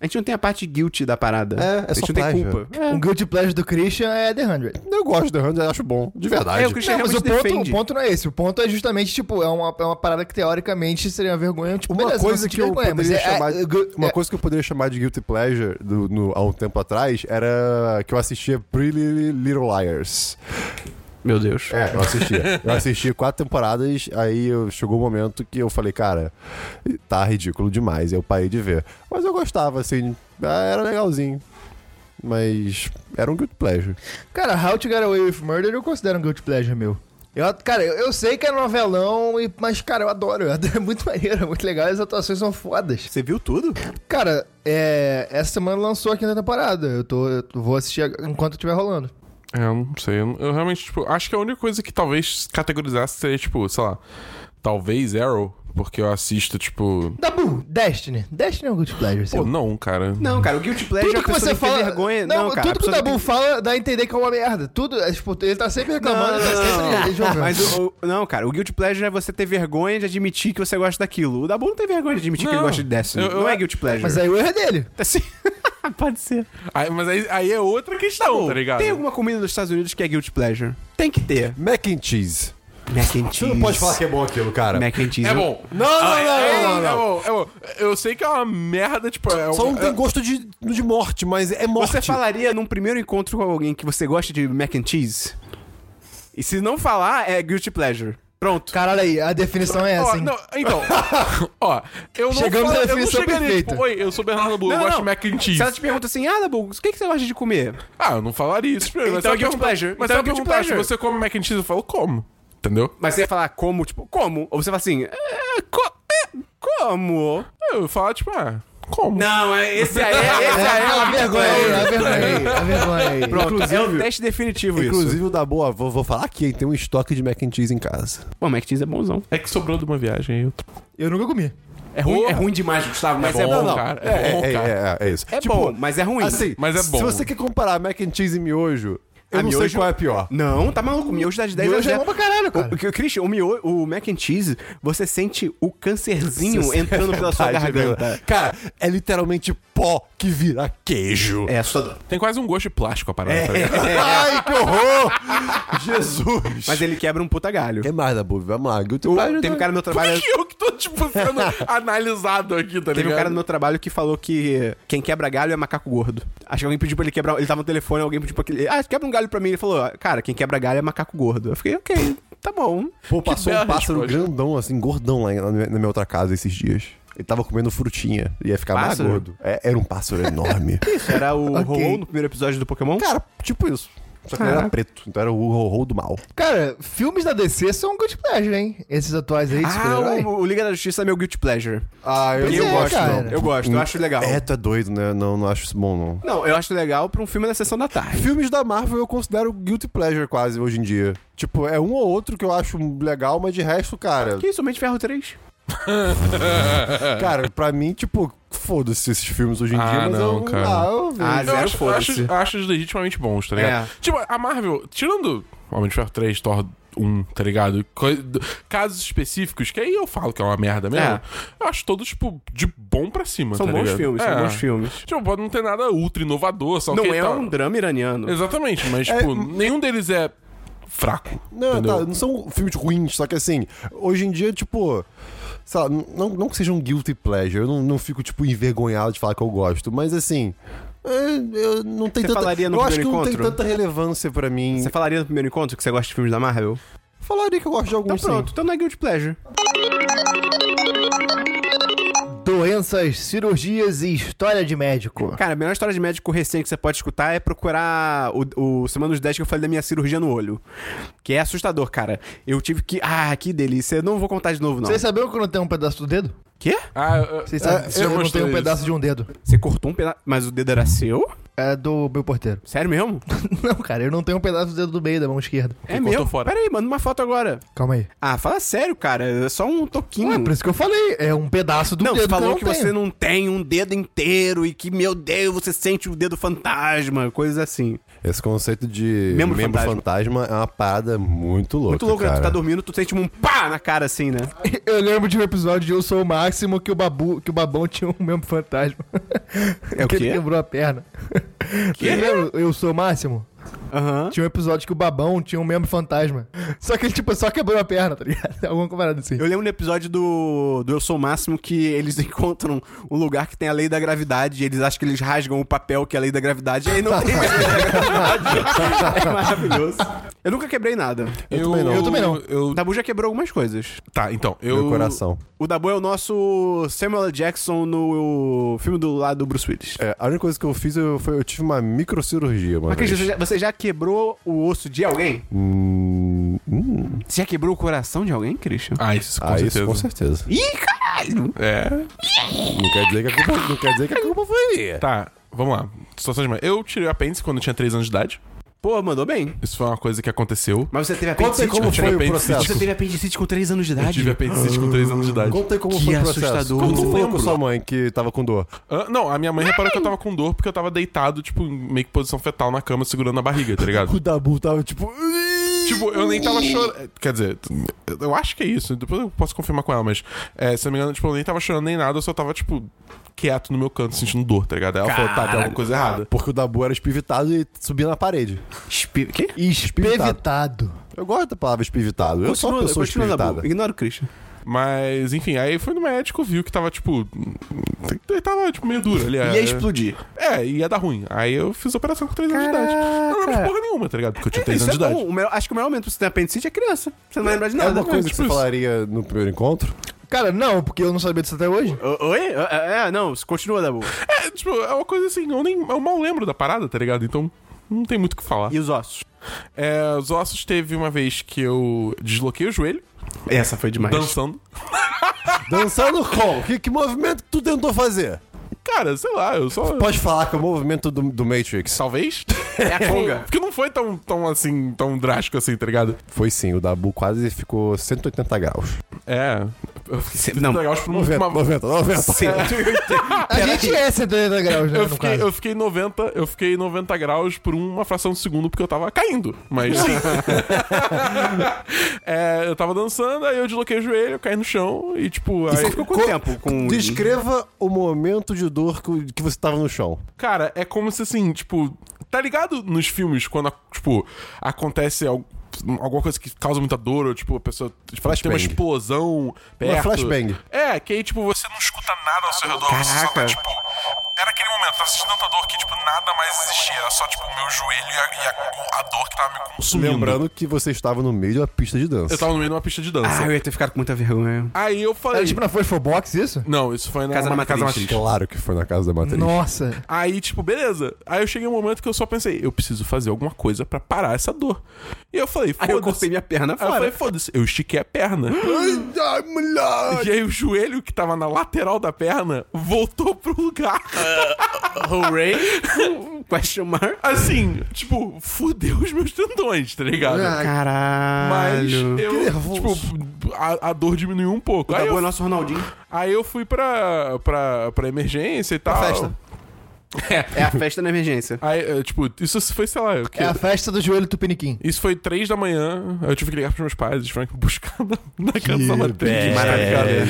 A gente não tem a parte guilty da parada. É, é a gente só não tem plágio. culpa. O guilty pleasure do Christian é The 100. Eu gosto da Hunter, eu acho bom, de verdade. É, o Christian Não, mas o realmente ponto, defende. o ponto não é esse. O ponto é justamente, tipo, é uma, é uma parada que teoricamente seria uma vergonha. Tipo, Uma beleza, coisa não senti que eu vergonha, mas poderia é- chamar, é- gu- uma é- coisa que eu poderia chamar de guilty pleasure do- no- há um tempo atrás era que eu assistia Pretty Little Liars. Meu Deus. É, eu assistia. eu assisti quatro temporadas, aí eu- chegou um momento que eu falei, cara, tá ridículo demais, eu parei de ver. Mas eu gostava, assim, ah, era legalzinho. Mas era um guilty pleasure. Cara, How to Get Away with Murder eu considero um guilty pleasure meu. Eu, cara, eu, eu sei que é novelão, e- mas, cara, eu adoro. É muito maneiro, é muito legal. As atuações são fodas. Você viu tudo? Cara, é, essa semana lançou a quinta temporada. Eu, tô, eu vou assistir enquanto estiver rolando. É, eu não sei. Eu, não- eu realmente, tipo, acho que a única coisa que talvez categorizasse seria, tipo, sei lá, talvez Arrow, porque eu assisto, tipo. Dabu, Destiny. Destiny é um guilty pleasure, Pô, seu. não, cara. Não, cara, o guilty pleasure é Tudo a que pessoa você tem que ter fala. vergonha. Não, Não, cara, a tudo que tá o pessoa Dabu tem fala dá a entender que é uma merda. Tudo, é, tipo, ele tá Não, sempre Ah. reclamando, tá não, não. sempre jogando. Ah, Mas o, o- não, cara, o guilty pleasure é você ter vergonha de admitir que você gosta daquilo. O Dabu não tem vergonha de admitir que ele Não. gosta de Destiny. Eu- eu- não é guilty pleasure. Mas aí o erro é dele. Assim, pode ser. Aí- mas aí, aí é outra questão, tá ligado? Tem alguma comida dos Estados Unidos que é guilty pleasure? Tem que ter. Mac and cheese. Mac and cheese. Você não pode falar que é bom aquilo, cara. Mac and cheese. É bom. Não, não, Ah, é- não, é- não, não, É não. bom, é bom. Eu sei que é uma merda, tipo. É Só um- não tem é- gosto de, de morte, mas é morte. Você falaria num primeiro encontro com alguém que você gosta de mac and cheese? E se não falar, é guilty pleasure. Pronto. Caralho, aí, a definição é Ó, essa, hein? não, então, ó, eu não Chegamos falo- à eu não definição chegaria, perfeita. tipo, oi, eu sou Bernardo Blue, eu Não, gosto não. de mac Se and ela cheese. te pergunta assim, ah, Dabu, o que, que você gosta de comer? Ah, eu não falaria isso pra ele. mas Então é se guilty ela perguntar- pleasure. Então Mas é se eu guilty perguntar se pleasure. você come mac and cheese, eu falo, como? Entendeu? Mas você ia falar como, tipo, como? Ou você fala assim, é, co- é, como? Eu falo, tipo, ah, como? Não, é- esse aí, é- esse aí é a o vergonha aí, a vergonha aí, a vergonha aí. Pronto, é o teste definitivo isso. Inclusive, o da boa, vou, vou falar aqui, hein, tem um estoque de mac and cheese em casa. Pô, mac and cheese é bonzão. É que sobrou de uma viagem aí. Eu tô... Eu nunca comi. É ruim, Porra. é ruim demais, Gustavo, mas bom, é bom. não. cara. cara. É bom, é, cara. é, é, é isso. É bom, mas é ruim. Assim, Mas é bom. Se você quer comparar mac and cheese e miojo, eu A não sei miojo- qual é pior. Não, tá maluco. O miojo das 10 Miojo das é bom 10. pra caralho, cara. O, o- Christian, o, miojo, o mac and cheese, você sente o cancerzinho entrando pela sua Verdade, garganta. verdade. Cara, é literalmente pó que vira queijo. É, só... Tem quase um gosto de plástico a parada. tá é, ligado? Ai, que horror! Jesus! Mas ele quebra um puta galho. É mais da boa, vamos lá. Guilty pleasure tá- Teve um também. cara no meu Por trabalho... que que eu que tô, tipo, sendo analisado aqui, tá ligado? Teve um cara no meu trabalho que falou que quem quebra galho é macaco gordo. Acho que alguém pediu pra ele quebrar. Ele tava no telefone, alguém pediu pra ele. Ah, quebra um galho pra mim. Ele falou, cara, quem quebra galho é macaco gordo. Eu fiquei, ok, tá bom. Pô, passou bela um pássaro resposta. grandão, assim, gordão lá na minha, na minha outra casa esses dias. Ele tava comendo frutinha, ia ficar Pássaro? mais gordo. É, era um pássaro enorme. Era o Ok. Rou no primeiro episódio do Pokémon? Cara, tipo isso. Só que ele era preto, então era o horror do mal. Cara, filmes da DC são um good pleasure, hein? Esses atuais aí de ah, super-herói. o, o Liga da Justiça é meu guilty pleasure. é, Ah, eu não gosto, não. Eu gosto, eu acho legal. É, tu é doido, né? Não, não acho isso bom, não. Não, eu acho legal pra um filme da sessão da tarde. Filmes da Marvel eu considero guilty pleasure quase hoje em dia. Tipo, é um ou outro que eu acho legal, mas de resto, cara. Que isso, Mente de Ferro 3? Cara, pra mim, tipo, foda-se esses filmes hoje em É. Ah, dia, mas não, eu, cara. Ah, eu vejo. Ah, Eu Zero acho, eu foda-se. acho, eu acho eles legitimamente bons, tá ligado? É. Tipo, a Marvel, tirando Homem de Ferro 3, Thor 1, tá ligado? Co- do- Casos específicos, que aí eu falo que é uma merda mesmo. É. Eu acho todos, tipo, de bom pra cima, São tá bons ligado? filmes, É. são bons filmes. Tipo, pode não ter nada ultra inovador, só Não que é tal. um drama iraniano. Exatamente, mas, tipo, nenhum deles é fraco. Não, entendeu? tá, não são filmes ruins, só que assim, hoje em dia, tipo. Sei lá, n- não, não que seja um guilty pleasure, eu não, não fico, tipo, envergonhado de falar que eu gosto, mas assim. é, Eu não tem Você tanta. falaria no eu acho que primeiro não tem encontro? tanta relevância pra mim. Você falaria no primeiro encontro que você gosta de filmes da Marvel? Falaria que eu gosto de Então alguns sim. pronto, então não é Guilty Pleasure. Doenças, cirurgias e história de médico. Cara, a melhor história de médico recente que você pode escutar é procurar o, o Semana dos 10 que eu falei da minha cirurgia no olho. Que é assustador, cara. Eu tive que. Ah, que delícia. Eu não vou contar de novo, não. É, Vocês sabiam que eu não tenho um pedaço do dedo? Quê? Ah, eu- Vocês eu- sabem que eu, não mostrei tenho um isso. pedaço de um dedo. Você cortou um pedaço. Mas o dedo era seu? É do meu porteiro. Sério mesmo? Não, cara, eu não tenho um pedaço do dedo do meio da mão esquerda. É cortou meu. fora. Pera aí, manda uma foto agora. Calma aí. Ah, fala sério, cara. É só um toquinho. Ué, por isso que eu falei. É um pedaço do não, dedo você falou que, eu não você tenho. não tem um dedo inteiro e que, meu Deus, você sente o dedo fantasma, coisas assim. Esse conceito de Membro membro, fantasma. é uma parada muito louca. Muito louco, né? Tu cara. tá dormindo, tu sente um pá na cara assim, né? Eu lembro de um episódio de Eu Sou o Máximo que o, babu, que o Babão tinha um mesmo fantasma. É o que quê? ele quebrou a perna. Você lembra Eu Sou o Máximo? Aham. Tinha um episódio que o Babão tinha um membro fantasma. Só que ele, tipo, só quebrou a perna, tá ligado? Alguma comparada assim. Eu lembro no episódio do, do Eu Sou o Máximo que eles encontram um lugar que tem a lei da gravidade e eles acham que eles rasgam o papel que é a lei da gravidade e aí não tem mais lei da gravidade. É maravilhoso. Eu nunca quebrei nada. Eu, também não. Eu também não. O eu- Dabu já quebrou algumas coisas. tá, então. Eu, Meu coração. O Dabu é o nosso Samuel L. Jackson no filme do lado do Bruce Willis. É, a única coisa que eu fiz eu, foi eu tive uma microcirurgia, mano. Mas, Cris, você já, você já quebrou o osso de alguém? Hum, hum. Você já quebrou o coração de alguém, Christian? Ah, isso com ah, certeza. isso com certeza. Ih, caralho! É. Não quer dizer que a culpa, não quer dizer que a culpa foi minha. Tá, vamos lá. Situação demais. Eu tirei o apêndice quando eu tinha 3 anos de idade. Pô, mandou bem. Isso foi uma coisa que aconteceu. Mas você teve Conta aí apendicite? né? como com foi três- o apêndice, processo. Você teve apendicite com 3 anos de Eu idade? tive apendicite com 3 anos de idade. Conta aí como Que foi o processo. assustador. Como tu Eu falou com lembro. sua mãe que tava com dor? Ah, não, a minha mãe reparou que eu tava com dor porque eu tava deitado, tipo, em meio que posição fetal na cama, segurando a barriga, tá ligado? O Dabu tava tipo... Tipo, eu nem tava chorando. Quer dizer, eu acho que é isso. Depois eu posso confirmar com ela, mas é, se eu não me engano, tipo, eu nem tava chorando nem nada, eu só tava, tipo, quieto no meu canto, sentindo dor, tá ligado? Aí ela falou, tá, Ah, tem é alguma coisa errada. Porque o Dabu era espivitado e subia na parede. Espi... Quê? Espevitado. Eu gosto da palavra espivitado. Eu sou uma Dabu. pessoa espivitada. Ignora o Christian. Mas, enfim, aí foi no médico, viu que tava, tipo. Ele tava, tipo, meio duro ali. Ia explodir. É, ia dar ruim. Aí eu fiz a operação com 3 anos de idade. Eu não lembro de porra nenhuma, tá ligado? Porque eu tinha 3 Isso anos é de idade. bom. O melhor- acho que o melhor momento pra você ter apendicite é criança. Você não vai lembrar de É nada. uma coisa É, que tipo você isso. falaria no primeiro encontro? Cara, não, porque eu não sabia disso até hoje. O- Oi? É, é, não, continua, Dabu. É, tipo, é uma coisa assim, eu, nem, eu mal lembro da parada, tá ligado? Então. Não tem muito o que falar. E os ossos? É, os ossos teve uma vez que eu desloquei o joelho, Essa foi demais. dançando. Dançando com? Que, que movimento que tu tentou fazer? Cara, sei lá, eu só. Pode falar que é o movimento do, do Matrix. Talvez. É a conga. Porque não foi tão, tão assim, tão drástico assim, tá ligado? Foi sim, o Dabu quase ficou 180 graus. É. Eu fiquei Não. legal por um- 90, uma- 90, 90. A gente é 180 graus, né, Eu no fiquei, caso. eu fiquei 90, eu fiquei 90 graus por uma fração de segundo porque eu tava caindo, mas sim. É, eu tava dançando, aí eu desloquei o joelho, eu caí no chão e tipo, aí- Você ficou quanto tempo com... Descreva o momento de dor que que você tava no chão. cara, é como se assim, tipo, tá ligado nos filmes quando tipo acontece al- alguma coisa que causa muita dor ou tipo a pessoa tipo, tem uma Flashbang. explosão perto. flashbang. É, que aí tipo você não escuta nada ao seu redor, você só Caraca. tá, tipo era aquele momento, tava sentindo tanta dor que, tipo, nada mais existia. Era só, tipo, o meu joelho e a, e a- a dor que tava me consumindo. Lembrando que você estava no meio de uma pista de dança. Eu tava no meio de uma pista de dança. Ah, eu ia ter ficado com muita vergonha. Aí eu falei. Era tipo na Fosfo Box isso? Não, isso foi na é Casa da na Matriz. Claro que foi na casa da matriz. Nossa. Aí, tipo, beleza. Aí eu cheguei um momento que eu só pensei, eu preciso fazer alguma coisa pra parar essa dor. E eu falei, Aí eu foda-se. cortei minha perna Aí eu fora. falei, foda-se. Eu estiquei a perna. Ai, mulher! e aí o joelho que tava na lateral da perna voltou pro lugar. Hooray? "Hum, Question mark? Assim, tipo, fudeu os meus tendões, tá ligado? Mas Caralho. eu, nervoso. tipo, a, a dor diminuiu um pouco. Aí Dabu é eu, nosso Ronaldinho. aí eu fui pra, pra, pra emergência e tal. festa. É a festa na emergência. Aí, eh, tipo, isso foi, sei lá, o quê? É a festa do joelho tupiniquim. Isso foi três da manhã, eu tive que ligar pros meus pais, eles tiveram que buscar na, na casa da matriz. bad.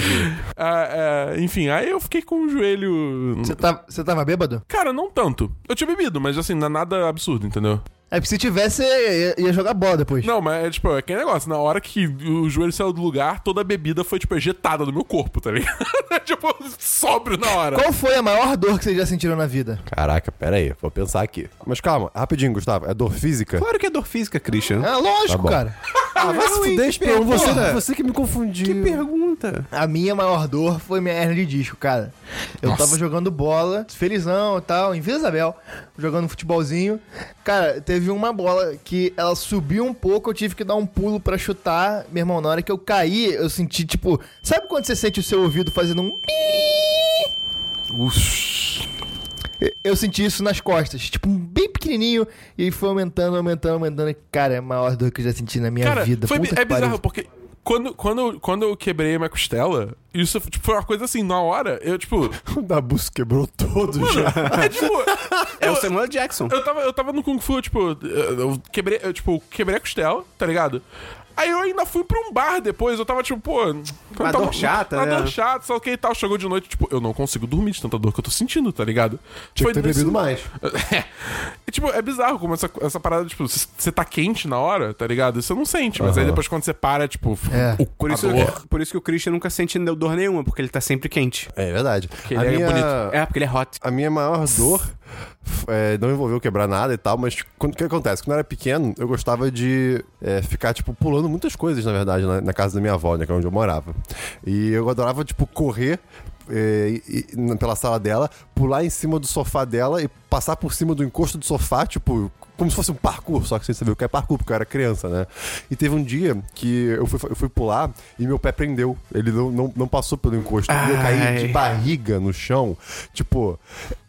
Ah, ah, enfim, aí eu fiquei com o joelho... Você tava, você tava bêbado? Cara, não tanto. Eu tinha bebido, mas assim, não é nada absurdo, entendeu? É porque se tivesse, ia, ia jogar bola depois. Não, mas é tipo, é aquele negócio. Na hora que o joelho saiu do lugar, toda a bebida foi, tipo, ejetada do meu corpo, tá ligado? tipo, sóbrio na hora. Qual foi a maior dor que vocês já sentiram na vida? Caraca, pera aí, vou pensar aqui. Mas calma, rapidinho, Gustavo, é dor física? Claro que é dor física, Christian. Ah, lógico, bom. cara. Ah, vai se fuder, Esperon, você, né? pergunta. você que me confundiu. Que pergunta. A minha maior dor foi minha hernia de disco, cara. Eu tava jogando bola, felizão e tal, em Vila Isabel, jogando futebolzinho. Cara, teve uma bola que ela subiu um pouco, eu tive que dar um pulo pra chutar. Meu irmão, na hora que eu caí, eu senti tipo. Sabe quando você sente o seu ouvido fazendo um. Eu senti isso nas costas, tipo, um bem pequenininho, e aí foi aumentando, aumentando, aumentando. Cara, é a maior dor que eu já senti na minha Cara, vida. foi, Puta é que pariu. bizarro, porque quando, quando, eu- quando eu quebrei a minha costela, isso tipo, foi uma coisa assim, na hora, eu, tipo. O Dabu se quebrou todo Mano, já. é tipo. É eu, o Samuel Jackson. eu, tava, eu tava no Kung Fu, tipo, eu eu quebrei, eu, tipo, quebrei a costela, tá ligado? Aí eu ainda fui pra um bar depois, eu tava tipo, pô. Uma dor chata, uma né? dor chata, só que e tal. Chegou de noite, tipo, eu não consigo dormir de tanta dor que eu tô sentindo, tá ligado? Tinha Foi que ter nesse- bebido mais. É. E, tipo, é bizarro como essa, essa parada, tipo, c- você tá quente na hora, tá ligado? Você não sente, mas aí depois quando você para, tipo, f- É. o Por por isso, dor. por isso que o Christian nunca sente dor nenhuma, porque ele tá sempre quente. É verdade. ele é bonito. É, porque ele é hot. A minha maior dor f- é, não envolveu quebrar nada e tal, mas quando- o que acontece? Quando eu era pequeno, eu gostava de é, ficar, tipo, pulando muitas coisas, na verdade, na, na casa da minha avó, né, que é onde eu morava. E eu adorava, tipo, correr é, e- e- na- pela sala dela, pular em cima do sofá dela e passar por cima do encosto do sofá, tipo, como se fosse um parkour, só que sem saber o que é parkour, porque eu era criança, né? E teve um dia que eu fui, eu fui pular e meu pé prendeu. Ele não, não, não passou pelo encosto. E eu caí de Ai. barriga no chão. Tipo,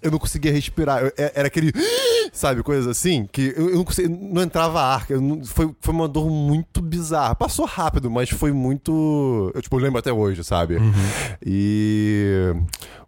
eu não conseguia respirar. Eu- é- era aquele. Sabe, coisa assim, que eu, eu não conseguia. Não entrava ar. eu não- foi, foi uma dor muito bizarra. Passou rápido, mas foi muito. Eu, tipo, lembro até hoje, sabe? Uhum. E.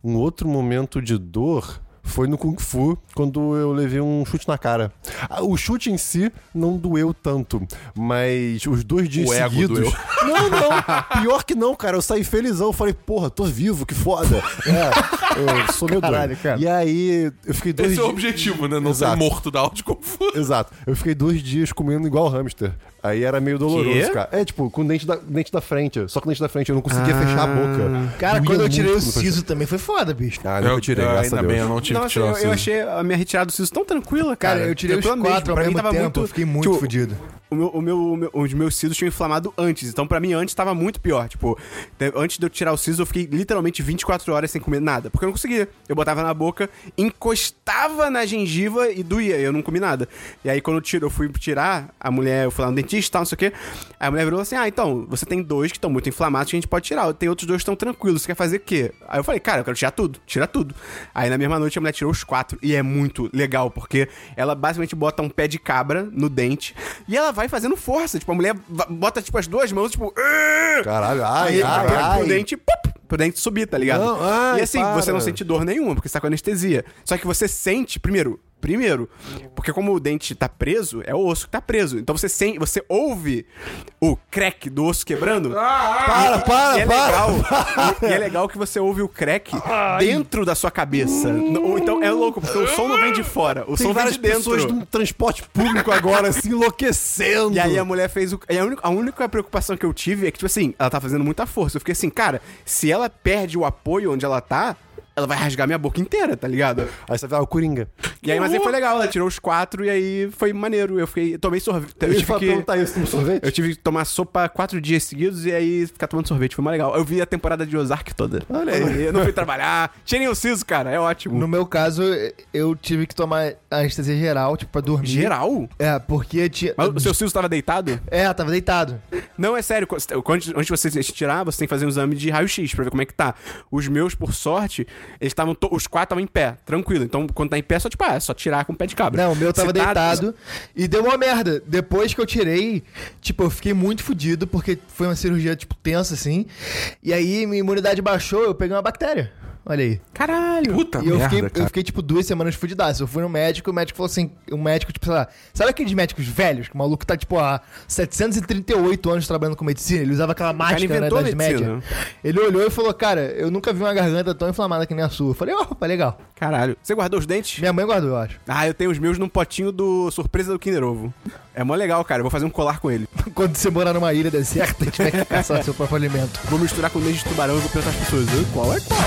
Um outro momento de dor. Foi no Kung Fu, quando eu levei um chute na cara. Ah, O chute em si não doeu tanto, mas os dois dias O ego seguidos. doeu. Não, não. Pior que não, cara. Eu saí felizão. Eu Falei, porra, tô vivo, que foda. É, eu sou meu Caralho, cara. E aí, eu fiquei dois Esse é o dias. objetivo, né? Não ser Exato. morto da aula de Kung Fu. Exato. Eu fiquei dois dias comendo igual hamster. Aí era meio doloroso, Quê? cara. É, tipo, com dente da, dente da frente. Só com dente da frente. Eu não Ah. conseguia fechar a boca. Cara, Doía quando eu muito tirei o quando fechava. siso também foi foda, bicho. Ah, nunca tirei, graças a É Ainda bem, é eu Deus. não tive que Nossa, tirar eu, o assim, eu siso. achei a minha retirada do siso tão tranquila, cara. Cara, eu tirei os tô mesmo, quatro ao pra mim mesmo tava tempo, muito- eu fiquei muito tipo, fudido. O meu, o meu- o meu- os meus sisos tinham inflamado antes, então pra mim antes tava muito pior. Tipo, te- antes de eu tirar o siso, eu fiquei literalmente 24 horas sem comer nada, porque eu não conseguia. Eu botava na boca, encostava na gengiva e doía, eu não comi nada. E aí quando eu, tiro, eu fui tirar, a mulher, eu fui lá no dentista e tal, não sei o quê. Aí a mulher virou assim: Ah, então, você tem dois que estão muito inflamados que a gente pode tirar, tem outros dois que estão tranquilos, você quer fazer o quê? Aí eu falei: Cara, eu quero tirar tudo, tira tudo. Aí na mesma noite a mulher tirou os quatro, e é muito legal, porque ela basicamente bota um pé de cabra no dente e ela vai fazendo força. Tipo, a mulher va- bota, tipo, as duas mãos, tipo. "Ugh!" Caralho, ai, Aí ai, pro, ai. pro dente, pop, pro dente subir, tá ligado? Não, ai, e assim, para. você não sente dor nenhuma, porque você tá com anestesia. Só que você sente, primeiro. Primeiro, porque como o dente tá preso, é o osso que tá preso. Então você sente, você ouve o crack do osso quebrando. Para, Ah, para, E é para. legal. E é legal que você ouve o crack dentro da sua cabeça. Ou então é louco, porque o som não vem de fora, o som Tem vem várias de dentro. pessoas num transporte público agora se enlouquecendo. E aí a mulher fez o. e A única, a única preocupação que eu tive é que, tipo assim, ela tá fazendo muita força. Eu fiquei assim, cara, se ela perde o apoio onde ela tá, ela vai rasgar minha boca inteira, tá ligado? Aí você vai, ah, o Coringa. E aí, mas aí foi legal, ela tirou os quatro e aí foi maneiro. Eu fiquei. Eu tomei sorvete. Eu Eu ia tive falar, que. perguntar isso no sorvete. Eu tive que tomar sopa quatro dias seguidos e aí ficar tomando sorvete. Foi mais legal. Eu vi a temporada de Ozark toda. Olha aí. Eu não fui trabalhar. Tirem o siso, cara. É ótimo. No meu caso, eu tive que tomar anestesia geral, tipo, pra dormir. Geral? É, porque tinha. Mas o seu siso tava deitado? É, eu tava deitado. Não, é sério. quando- Antes antes de você se tirar, você tem que fazer um exame de raio-x pra ver como é que tá. Os meus, por sorte, eles estavam. to- Os quatro estavam em pé, tranquilo. Então, quando tá em pé, é só tipo, ah, é só tirar com o pé de cabra. Não, o meu tava Se tá- deitado. E deu uma merda. Depois que eu tirei, tipo, eu fiquei muito fudido, porque foi uma cirurgia, tipo, tensa, assim. E aí minha imunidade baixou, eu peguei uma bactéria. Olha aí. Caralho. Puta E eu merda, fiquei, eu cara. fiquei, tipo, duas semanas fudidaço. Eu fui no médico, o médico falou assim, um médico, tipo, sei lá, sabe aqueles médicos velhos, que o maluco tá, tipo, há 738 anos trabalhando com medicina, ele usava aquela máscara na inventou a Idade medicina. Média. Ele olhou e falou, cara, eu nunca vi uma garganta tão inflamada que nem a sua. Eu falei, opa, legal. Caralho. Você guardou os dentes? Minha mãe guardou, eu acho. Ah, eu tenho os meus num potinho do Surpresa do Kinder Ovo. É mó legal, cara. Eu vou fazer um colar com ele. Quando você morar numa ilha deserta e tiver que caçar seu próprio alimento. Vou misturar com leite de tubarão e vou perguntar às pessoas. "Hã, Qual é qual?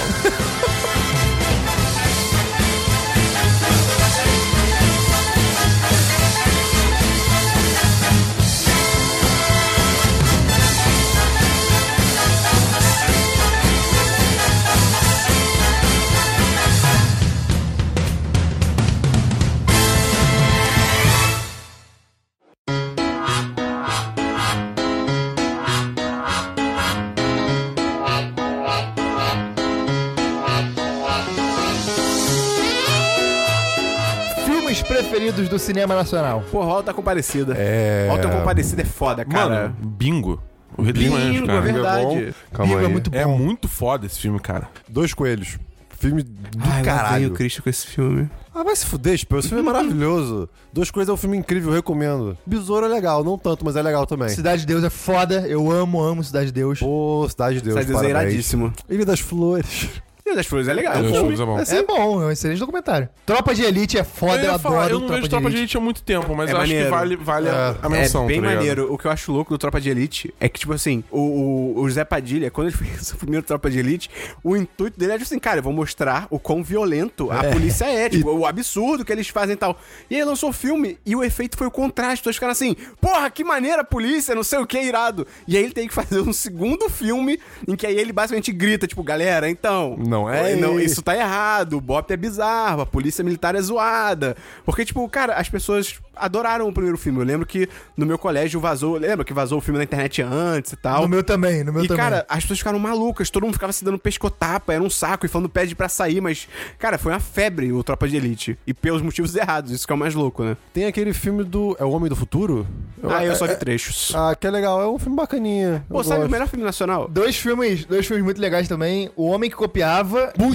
Filmes preferidos do cinema nacional. Porra, olha o da comparecida. É. Olha o teu comparecida é foda, cara. Mano, bingo. O Rei dos Bingo, Manhãs, cara. é verdade. Calma Bingo aí. é muito É bom. muito foda esse filme, cara. Dois coelhos. Filme do Ai, lá vem caralho. o Cristo com esse filme. Ah, vai se fuder, Spurs. Esse filme é maravilhoso. Dois coelhos é um filme incrível, eu recomendo. Besouro é legal, não tanto, mas é legal também. Cidade de Deus é foda, eu amo, amo Cidade de Deus. Pô, Cidade de Deus, Cidade de Deus é parabéns. iradíssimo. Ilha das Flores. Ilha das Flores é legal. Eu É um acho filme. que é bom. É bom, é um excelente documentário. Tropa de Elite é foda, Eu eu, ia falar, adoro eu não vejo Tropa de Elite há muito tempo, mas É eu acho que maneiro. vale, vale a- a menção. É bem tá ligado? maneiro. O que eu acho louco do Tropa de Elite é que, tipo assim, o, o, o Zé Padilha, quando ele fez o primeiro Tropa de Elite, o intuito dele era tipo assim, cara, eu vou mostrar o quão violento a polícia é, tipo, o absurdo que eles fazem e tal. E aí lançou o filme e o efeito foi o contraste. Então os caras assim, porra, que maneira a polícia, não sei o que, irado. E aí ele tem que fazer um segundo filme em que aí ele basicamente grita, tipo, galera, então. Não é Não, isso. isso tá errado, o BOP é bizarro, a polícia militar é zoada. Porque, tipo, cara, as pessoas adoraram o primeiro filme. Eu lembro que no meu colégio vazou, lembra que vazou o filme na internet antes e tal. No É meu também, no meu E, também. cara, as pessoas ficaram malucas, todo mundo ficava se dando pescotapa, era um saco e falando pede pra sair, mas, cara, foi uma febre o Tropa de Elite. E pelos motivos errados, isso que é o mais louco, né? Tem aquele filme do. É o Homem do Futuro? Ah, eu só vi é- trechos. Ah, que é legal, é um filme bacaninha. Pô, eu sabe gosto. o melhor filme nacional? Dois filmes, dois filmes muito legais também. O Homem que Copiava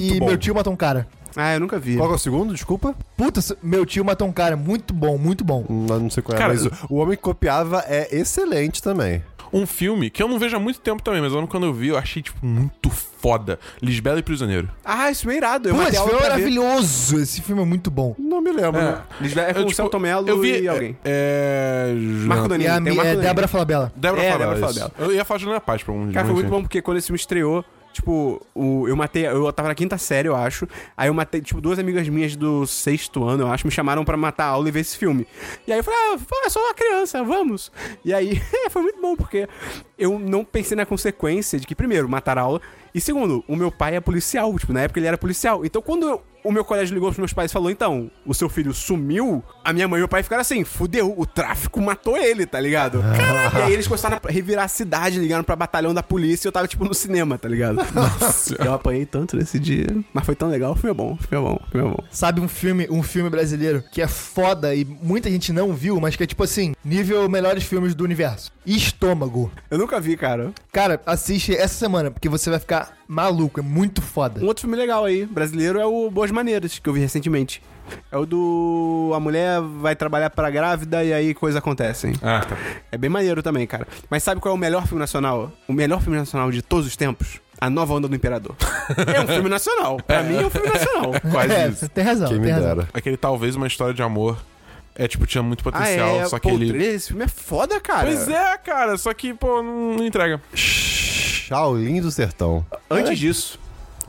e bom. Meu Tio Matou um Cara. Ah, eu nunca vi. Qual que é o segundo? Desculpa. Puta, Meu Tio Matou um Cara. Muito bom, muito bom. Hum, Não sei qual é. Cara, mas o- o Homem que Copiava é excelente também. Um filme que eu não vejo há muito tempo também, mas eu lembro quando eu vi, eu achei, tipo, muito foda. Lisbela e Prisioneiro. Ah, isso é irado. Eu Pô, matei esse aula filme é pra ver. maravilhoso. Esse filme é muito bom. Não me lembro. né? Lisbela- É com o Celto Mello eu vi, e alguém. É. é Marco E a Danilo. tem o mi- Marco é Danilo. Débora Falabella. Débora É, Fabela. Débora isso. Fabela. Eu ia falar Juliana Paz pra um Cara, foi muito momento. bom porque quando esse filme estreou, tipo, o, eu matei. Eu tava na quinta série, eu acho. Aí eu matei, tipo, duas amigas minhas do sexto ano, eu acho, me chamaram pra matar a aula e ver esse filme. E aí eu falei, ah, pô, é só uma criança, vamos. E aí, é, foi muito bom, porque eu não pensei na consequência de que, primeiro, matar a aula. E segundo, o meu pai é policial, tipo, na época ele era policial. Então quando eu- O meu colégio ligou pros meus pais e falou: então, o seu filho sumiu? A minha mãe e meu pai ficaram assim: fudeu, o tráfico matou ele, tá ligado? Caralho! E aí eles começaram a revirar a cidade, ligaram pra batalhão da polícia e eu tava, tipo, no cinema, tá ligado? Nossa! eu apanhei tanto nesse dia. Mas foi tão legal, foi bom, foi bom, foi bom. Sabe um filme, um filme brasileiro que é foda e muita gente não viu, mas que é tipo assim, nível melhores filmes do universo. Estômago. Eu nunca vi, cara. Cara, assiste essa semana, porque você vai ficar maluco. É muito foda. Um outro filme legal aí, brasileiro, é o Boas Maneiras, que eu vi recentemente. É o do. A mulher vai trabalhar pra grávida e aí coisas acontecem. Ah, tá. É bem maneiro também, cara. Mas sabe qual é o melhor filme nacional? O melhor filme nacional de todos os tempos? A Nova Onda do Imperador. é um filme nacional. Pra mim é um filme nacional. Quase é, isso. você tem razão, Quem me tem razão. dera. Aquele talvez uma história de amor. É, tipo, tinha muito Ah, potencial, é. só que Pô, ele. esse filme é foda, cara. Pois é, cara, só que, pô, não, não entrega. Shaolin do Sertão. Antes disso,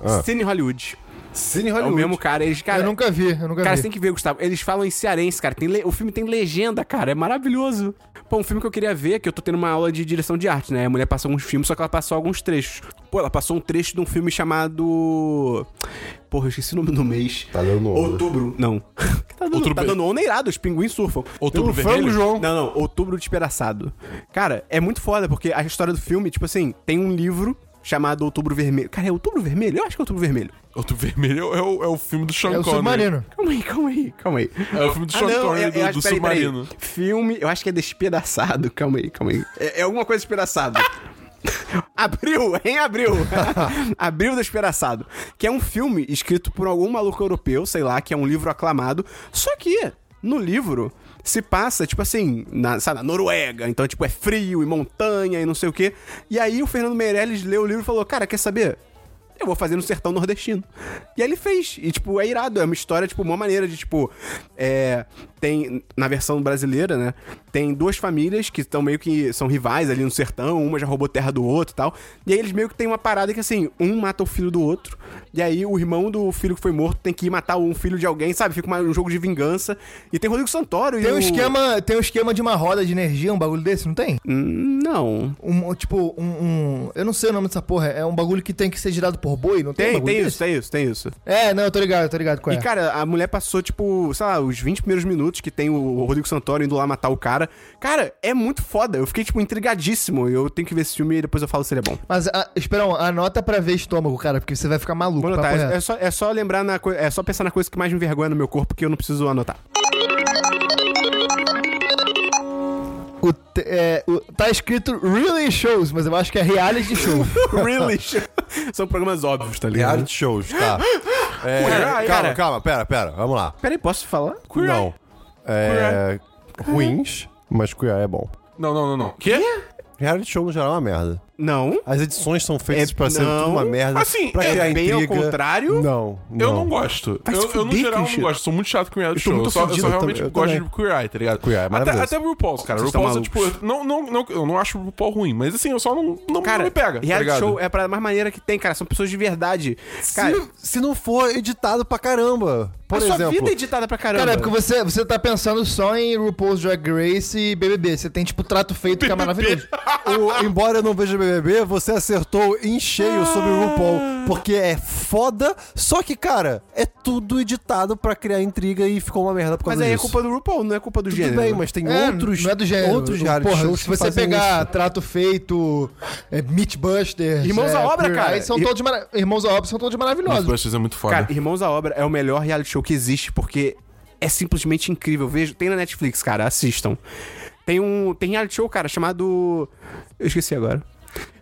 Ah. Cine Hollywood. Cine É o mesmo cara. Eles, cara, eu nunca vi, eu nunca Cara, vi. você tem que ver, Gustavo. Eles falam em cearense, cara. Tem le- O filme tem legenda, cara. É maravilhoso. Pô, um filme que eu queria ver, que eu tô tendo uma aula de direção de arte, né? A mulher passou alguns filmes, só que ela passou alguns trechos. Pô, ela passou um trecho de um filme chamado. Porra, eu esqueci o nome do mês. Tá dando onda. Outubro. Não. Que tá dando, né? Outubro tá be- dando onda irado, os pinguins surfam. Outubro Tem um vermelho? frango, João. Não, não. Outubro despedaçado. Cara, é muito foda, porque a história do filme, tipo assim, tem um livro chamado Outubro Vermelho. Cara, é Outubro Vermelho? Eu acho que é Outubro Vermelho. Outro vermelho é o, é o filme do Sean É o um Connery. Submarino. Calma aí, calma aí, calma aí. É o filme do Ah, Sean não, Connery eu- do, eu acho- do peraí, peraí. Submarino. Filme, eu acho que é Despedaçado. Calma aí, calma aí. É, é alguma coisa despedaçado. Abril, em abril. abril do Esperaçado. Que é um filme escrito por algum maluco europeu, sei lá, que é um livro aclamado. Só que, no livro, se passa, tipo assim, na, sabe, na Noruega. Então, tipo, é frio e montanha e não sei o quê. E aí o Fernando Meirelles leu o livro e falou: Cara, quer saber? Eu vou fazer no sertão nordestino. E aí ele fez. E, tipo, é irado. É uma história, tipo, uma maneira de, tipo. É, tem. Na versão brasileira, né? Tem duas famílias que estão meio que. São rivais ali no sertão. Uma já roubou terra do outro e tal. E aí eles meio que tem uma parada que, assim. Um mata o filho do outro. E aí o irmão do filho que foi morto tem que ir matar um filho de alguém, sabe? Fica uma- um jogo de vingança. E tem Rodrigo Santoro e. Tem o... um, esquema, tem um esquema de uma roda de energia, um bagulho desse, não tem? Hum, Não. Um, tipo, um, um- Eu não sei o nome dessa porra. É um bagulho que tem que ser girado por boi, não tem? um Tem, bagulho tem isso, desse? tem isso, tem isso. É, não, eu tô ligado, eu tô ligado qual é. E, cara, a mulher passou, tipo, sei lá, os 20 primeiros minutos que tem o Rodrigo Santoro indo lá matar o cara. Cara, é muito foda. Eu fiquei, tipo, intrigadíssimo. Eu tenho que ver esse filme e depois eu falo se ele é bom. Mas, a, Esperão, anota pra ver estômago, cara, porque você vai ficar maluco. Vou papo anotar. reto. É, é só, é só lembrar na coisa. É só pensar na coisa que mais me envergonha no meu corpo que eu não preciso anotar. O te- é, o- tá escrito Really Shows, mas eu acho que é reality show. really? São programas óbvios, tá ligado? Reality shows, tá. É, Queer calma, Eye, cara. calma, pera, pera, vamos lá. Peraí, posso falar? não. É, ruins, mas queer Eye é bom. Não, não, não, não. Quê? Reality show no geral é uma merda. Não. As edições são feitas É, pra ser não. tudo uma merda. Assim, pra é criar bem ao intriga. contrário? Não, não. Eu não gosto. Vai se eu, eu, no fuder, geral, não Christian. gosto. Sou muito chato com Eu reality tô show. muito eu, só, eu ofendido, só eu realmente também- eu gosto também. de Queer Eye, tá ligado? Queer Eye é até, maravilhoso. até RuPaul's, cara. Vocês estão RuPaul's é tipo... malucos. eu Não, não, não, eu não acho o RuPaul ruim, mas assim, eu só não, não, Cara, não me pega, tá reality ligado? show é a parada mais maneira que tem, cara. São pessoas de verdade. Cara, Se, É, se não for editado pra caramba. Por a sua exemplo. vida é editada pra caramba. Cara, é porque você, você tá pensando só em RuPaul's Drag Race e BBB. Você tem, tipo, trato feito que é maravilhoso. O- embora eu não veja BBB, você acertou em cheio sobre o RuPaul, porque é foda, só que, cara, é tudo editado pra criar intriga e ficou uma merda por causa Mas aí é disso. culpa do RuPaul, não é culpa do Tudo gênero. bem, mas tem É, outros, não é do gênero. outros Porra, reality shows se que você fazem pegar isso. Trato Feito, é, Meatbusters... Irmãos é, à Obra, Queer Eye, cara. São Ir- todos mara- Irmãos à Obra são todos Os maravilhosos. Busters é muito foda. Cara, Irmãos à Obra é o melhor reality show que existe, porque é simplesmente incrível. Vejo, tem na Netflix, cara, assistam. Tem um, tem reality show, cara, chamado eu esqueci agora.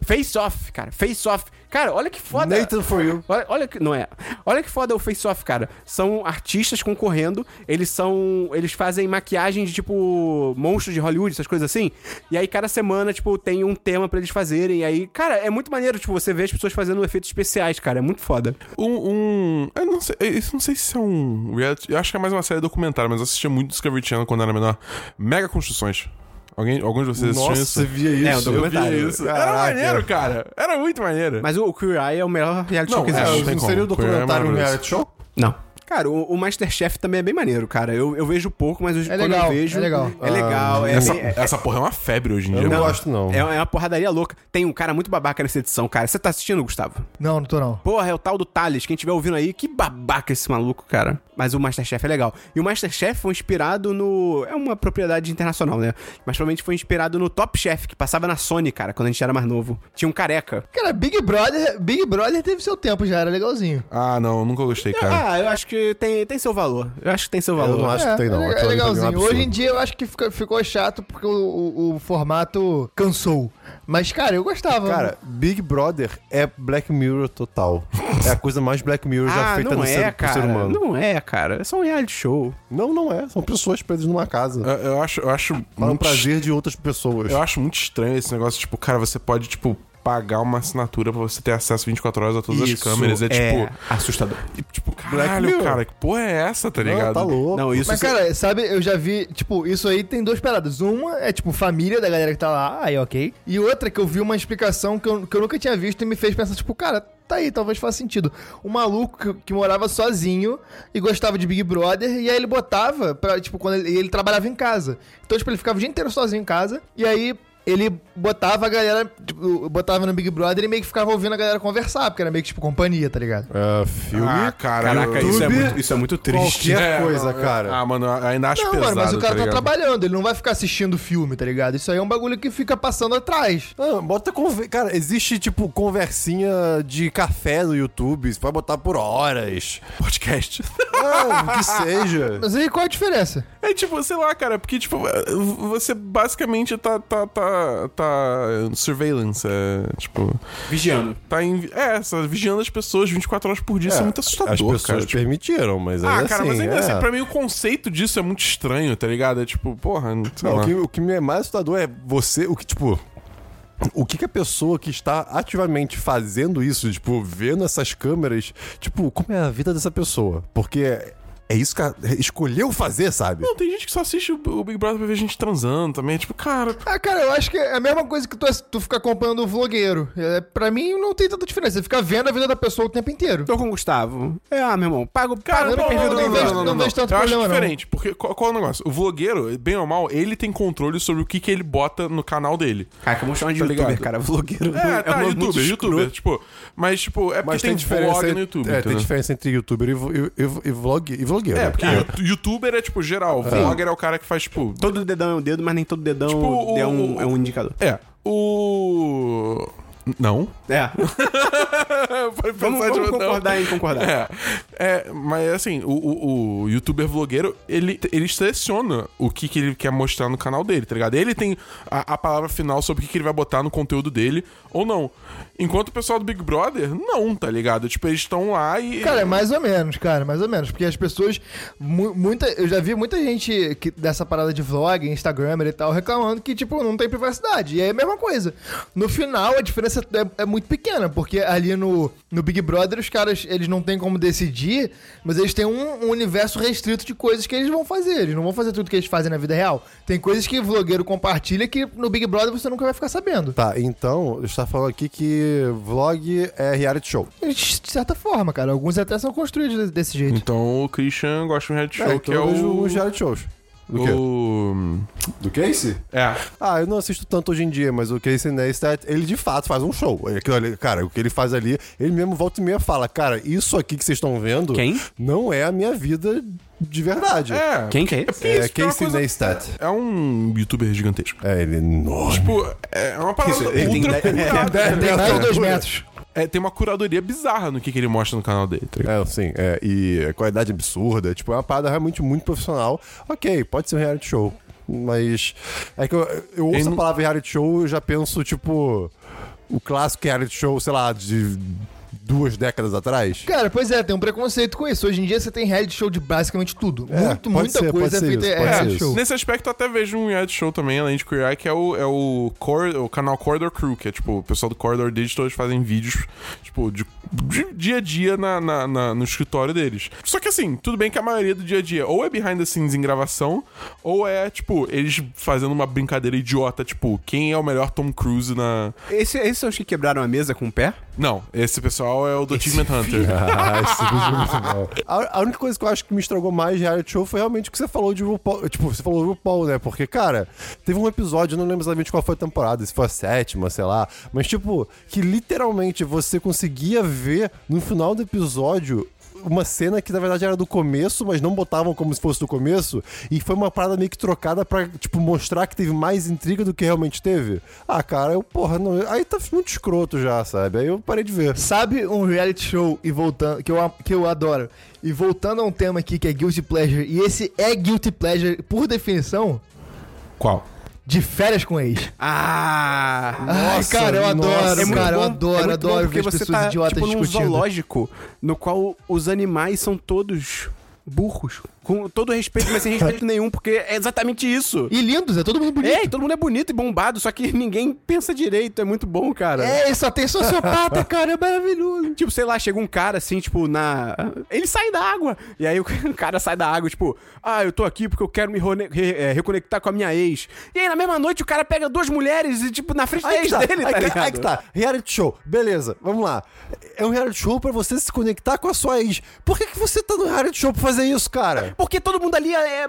Face Off, cara, Face Off. Cara, olha que foda. Nathan for You. Olha, olha que não é. Olha que foda o Face Off, cara. São artistas concorrendo, eles são, eles fazem maquiagem de tipo monstros de Hollywood, essas coisas assim. E aí cada semana, tipo, tem um tema pra eles fazerem. E aí, cara, é muito maneiro, tipo, você vê as pessoas fazendo efeitos especiais, cara, é muito foda. Um. um eu não sei. Isso não sei se é um reality. Eu acho que é mais uma série documentária, mas eu assistia muito Discovery Channel quando era menor. Mega construções. Alguém, alguns de vocês assistiam Nossa, isso? você via isso. É, um documentário. Eu via Era Caraca. maneiro, cara. Era muito maneiro. Mas o, o Queer Eye é o melhor reality show que é, existe. não tem não seria o como. Queer Eye é documentário um maravilhoso. reality show? Não. Cara, o, o Masterchef também é bem maneiro, cara. Eu, eu vejo pouco, mas os- quando legal, eu vejo. é legal. É legal. é, essa, é- essa porra é uma febre hoje em dia. Eu não mano. gosto, não. é- é uma porradaria louca. Tem um cara muito babaca nessa edição, cara. Você tá assistindo, Gustavo? Não, não tô não. Porra, é o tal do Thales. Quem estiver ouvindo aí, que babaca esse maluco, cara. Mas o Masterchef é legal. E o Masterchef foi inspirado no. É uma propriedade internacional, né? Mas provavelmente foi inspirado no Top Chef, que passava na Sony, cara, quando a gente era mais novo. Tinha um careca. Cara, Big Brother, Big Brother teve seu tempo já, era legalzinho. Ah, não, nunca gostei, cara. Ah, eu acho que tem, tem seu valor. Eu acho que tem seu valor. Eu não acho que tem, não. é, Aquilo ali pra mim é um legalzinho. Hoje em absurdo. dia eu acho que fica- ficou chato porque o, o- o formato cansou. Mas, cara, eu gostava. Cara, Big Brother é Black Mirror total. É a coisa mais Black Mirror já ah, feita não no é, ser, pro cara. ser humano. Não é, cara. É só um reality show. Não, não é. São pessoas presas numa casa. Eu, eu acho. Eu acho Para o muito prazer de outras pessoas. Eu acho muito estranho esse negócio, tipo, cara, você pode, tipo, pagar uma assinatura pra você ter acesso 24 horas a todas as câmeras. É, tipo. assustador. e, Tipo, Black caralho, Mirror. cara, que porra é essa, tá ligado? Não, tá louco. Não, isso. Mas, cara, sabe, eu já vi, tipo, isso aí tem duas paradas. Uma é, tipo, família da galera que tá lá, aí ok. E outra é que eu vi uma explicação que eu, que eu nunca tinha visto e me fez pensar, tipo, cara, tá aí, talvez faça sentido. Um maluco que, que morava sozinho e gostava de Big Brother, e aí ele botava pra, tipo, quando ele, ele trabalhava em casa. Então, tipo, ele ficava o dia inteiro sozinho em casa, e aí. Ele botava a galera, tipo, botava no Big Brother e meio que ficava ouvindo a galera conversar, porque era meio que tipo companhia, tá ligado? É, filme. Ah, cara, Caraca, eu- isso é, YouTube- muito, isso é muito triste. Qualquer É, coisa, cara. Ah, mano, eu ainda acho Não, pesado. mano, mas o cara tá, ligado? trabalhando, ele não vai ficar assistindo filme, tá ligado? Isso aí é um bagulho que fica passando atrás. Ah, bota conver... Cara, existe, tipo, conversinha de café no YouTube. Você pode botar por horas. Podcast. Ah, o que seja. Mas aí qual a diferença? É tipo, sei lá, cara, porque, tipo, você basicamente tá. tá. tá. tá. surveillance, é, tipo. Vigiando. Tá em. É, só vigiando as pessoas 24 horas por dia, isso é muito assustador, As pessoas cara. tipo. permitiram, mas Ah, ainda cara, assim, mas ainda é. assim, pra mim o conceito disso é muito estranho, tá ligado? É tipo, porra, sei Não, lá. o, que, o que me é mais assustador é você, o que, tipo. O que, que a pessoa que está ativamente fazendo isso, tipo, vendo essas câmeras, tipo, como é a vida dessa pessoa? Porque é isso que ela escolheu fazer, sabe? Não, tem gente que só assiste o o Big Brother pra ver gente transando também. é Tipo, cara, Ah, cara, eu acho que é a mesma coisa que tu, tu ficar acompanhando o vlogueiro. É, pra mim não tem tanta diferença. Você fica vendo a vida da pessoa o tempo inteiro. Tô com o Gustavo. É, ah, meu irmão, pago Cara, pago pra não, perder não, o não, não, Big Brother. não, vejo- não, não vejo tanto Eu acho problema, não. diferente, porque qual, qual é o negócio? O vlogueiro, bem ou mal, ele tem controle sobre o que, que ele bota no canal dele. Cara, que eu vou chamar de Tá youtuber, ligado? cara. Uhum. Vlogueiro É, um tá, nome muito youtuber, escroto. youtuber, tipo... Mas, tipo, é porque Mas tem, tem, diferença. vlog en- no YouTube, é, tem entendeu? diferença entre youtuber e, vo- e, e- e vlog, e Ah, vlogueiro. É, porque you- youtuber é, tipo, geral. Vlogger é o cara que faz, tipo... Todo dedão é um dedo, mas nem todo dedão Tipo, é, o- um, é um indicador. É, o... Não. É. Pode pensar vamos de- vamos não. concordar em concordar. É, é, mas assim, o, o- o youtuber vlogueiro, ele, ele seleciona o que, que ele quer mostrar no canal dele, tá ligado? Ele tem a, a palavra final sobre o que, que ele vai botar no conteúdo dele ou não. Enquanto o pessoal do Big Brother, não, tá ligado? Tipo, eles estão lá e. Cara, é mais ou menos, cara, mais ou menos. Porque as pessoas. mu- muita, eu já vi muita gente que, dessa parada de vlog, Instagram e tal, reclamando que, tipo, não tem privacidade. E é a mesma coisa. No final, a diferença é, é muito pequena, porque ali no, no Big Brother, os caras, eles não têm como decidir, mas eles têm um, um universo restrito de coisas que eles vão fazer. Eles não vão fazer tudo que eles fazem na vida real. Tem coisas que o vlogueiro compartilha que no Big Brother você nunca vai ficar sabendo. Tá, então, eu estava falando aqui que vlog é reality show. De certa forma, cara. Alguns até são construídos desse- desse jeito. Então o Christian gosta de um reality show, É, que então é eu vejo o. os reality shows. Do quê? o... Do Casey? É. Ah, eu não assisto tanto hoje em dia, mas o Casey Neistat, ele de fato faz um show. Ele- aquilo ali- cara, o que ele faz ali, ele mesmo volta e meia fala, cara, isso aqui que vocês estão vendo Quem? não é a minha vida de verdade. É. Quem que é É, esse? porque É, isso que é uma Casey coisa- Neistat. é um youtuber gigantesco. É, ele é enorme. Pô, é uma parada Isso, ele tem ultra dez- curada. dez- tá ligado? dez- Dois metros. É, tem uma curadoria bizarra no que, que ele mostra no canal dele, tá ligado? É, sim, é, e a qualidade absurda, tipo, é uma parada realmente muito profissional. Ok, pode ser um reality show, mas é que eu, eu ouço Ele não- a palavra reality show e já penso, tipo, o clássico reality show, sei lá, de duas décadas atrás. Cara, pois é, tem um preconceito com isso. Hoje em dia você tem reality show de basicamente tudo. É, Muito, pode muita ser, coisa pode ser feita isso, é pode ser reality isso. show. Nesse aspecto, eu até vejo um reality show também, além de Queer Eye, que é o, é o, Cor- o canal Corridor Crew, que é tipo, o pessoal do Corridor Digital, eles fazem vídeos, tipo, de, de dia a dia na, na- na- no escritório deles. Só que assim, tudo bem que a maioria do dia a dia ou é behind the scenes em gravação, ou é, tipo, eles fazendo uma brincadeira idiota, tipo, quem é o melhor Tom Cruise na... Esse- Esses são os que quebraram a mesa com o pé? Não, esse pessoal é o do Achievement Hunter. Ah, esse vídeo é muito bom. A, a única coisa que eu acho que me estragou mais de reality show foi realmente o que você falou de RuPaul. Tipo, você falou RuPaul, né? Porque, cara, teve um episódio, eu não lembro exatamente qual foi a temporada, se foi a sétima, sei lá. Mas, tipo, que literalmente você conseguia ver no final do um episódio. Uma cena que na verdade era do começo, mas não botavam como se fosse do começo, e foi uma parada meio que trocada pra, tipo, mostrar que teve mais intriga do que realmente teve. Ah, cara, eu, porra, não. Aí tá muito escroto já, sabe? Aí eu parei de ver. Sabe um reality show e voltando que eu, a- que eu adoro. E voltando a um tema aqui que é guilty pleasure, e esse é guilty pleasure por definição Qual? de férias com ex. Ah! Ai, Nossa, cara, eu adoro, nossa. É muito cara, eu bom- é adoro, muito bom adoro ver porque as você pessoas tá, idiotas tipo, num discutindo. zoológico no qual os animais são todos burros. Com todo respeito, mas sem respeito nenhum, porque é exatamente isso. E lindos, é todo mundo bonito. É, e todo mundo é bonito e bombado, só que ninguém pensa direito. É muito bom, cara. É, ele só tem sociopata, cara, é maravilhoso. Tipo, sei lá, chega um cara assim, tipo, na. Ele sai da água. E aí o cara sai da água, tipo, ah, eu tô aqui porque eu quero me rone- re- é, reconectar com a minha ex. E aí na mesma noite o cara pega duas mulheres e, tipo, na frente da Aí que, ex tá, dele, tá aí, que, ligado? aí que tá, reality show, beleza, vamos lá. É um reality show pra você se conectar com a sua ex. Por que, que você tá no reality show pra fazer isso, cara? Porque todo mundo ali é. é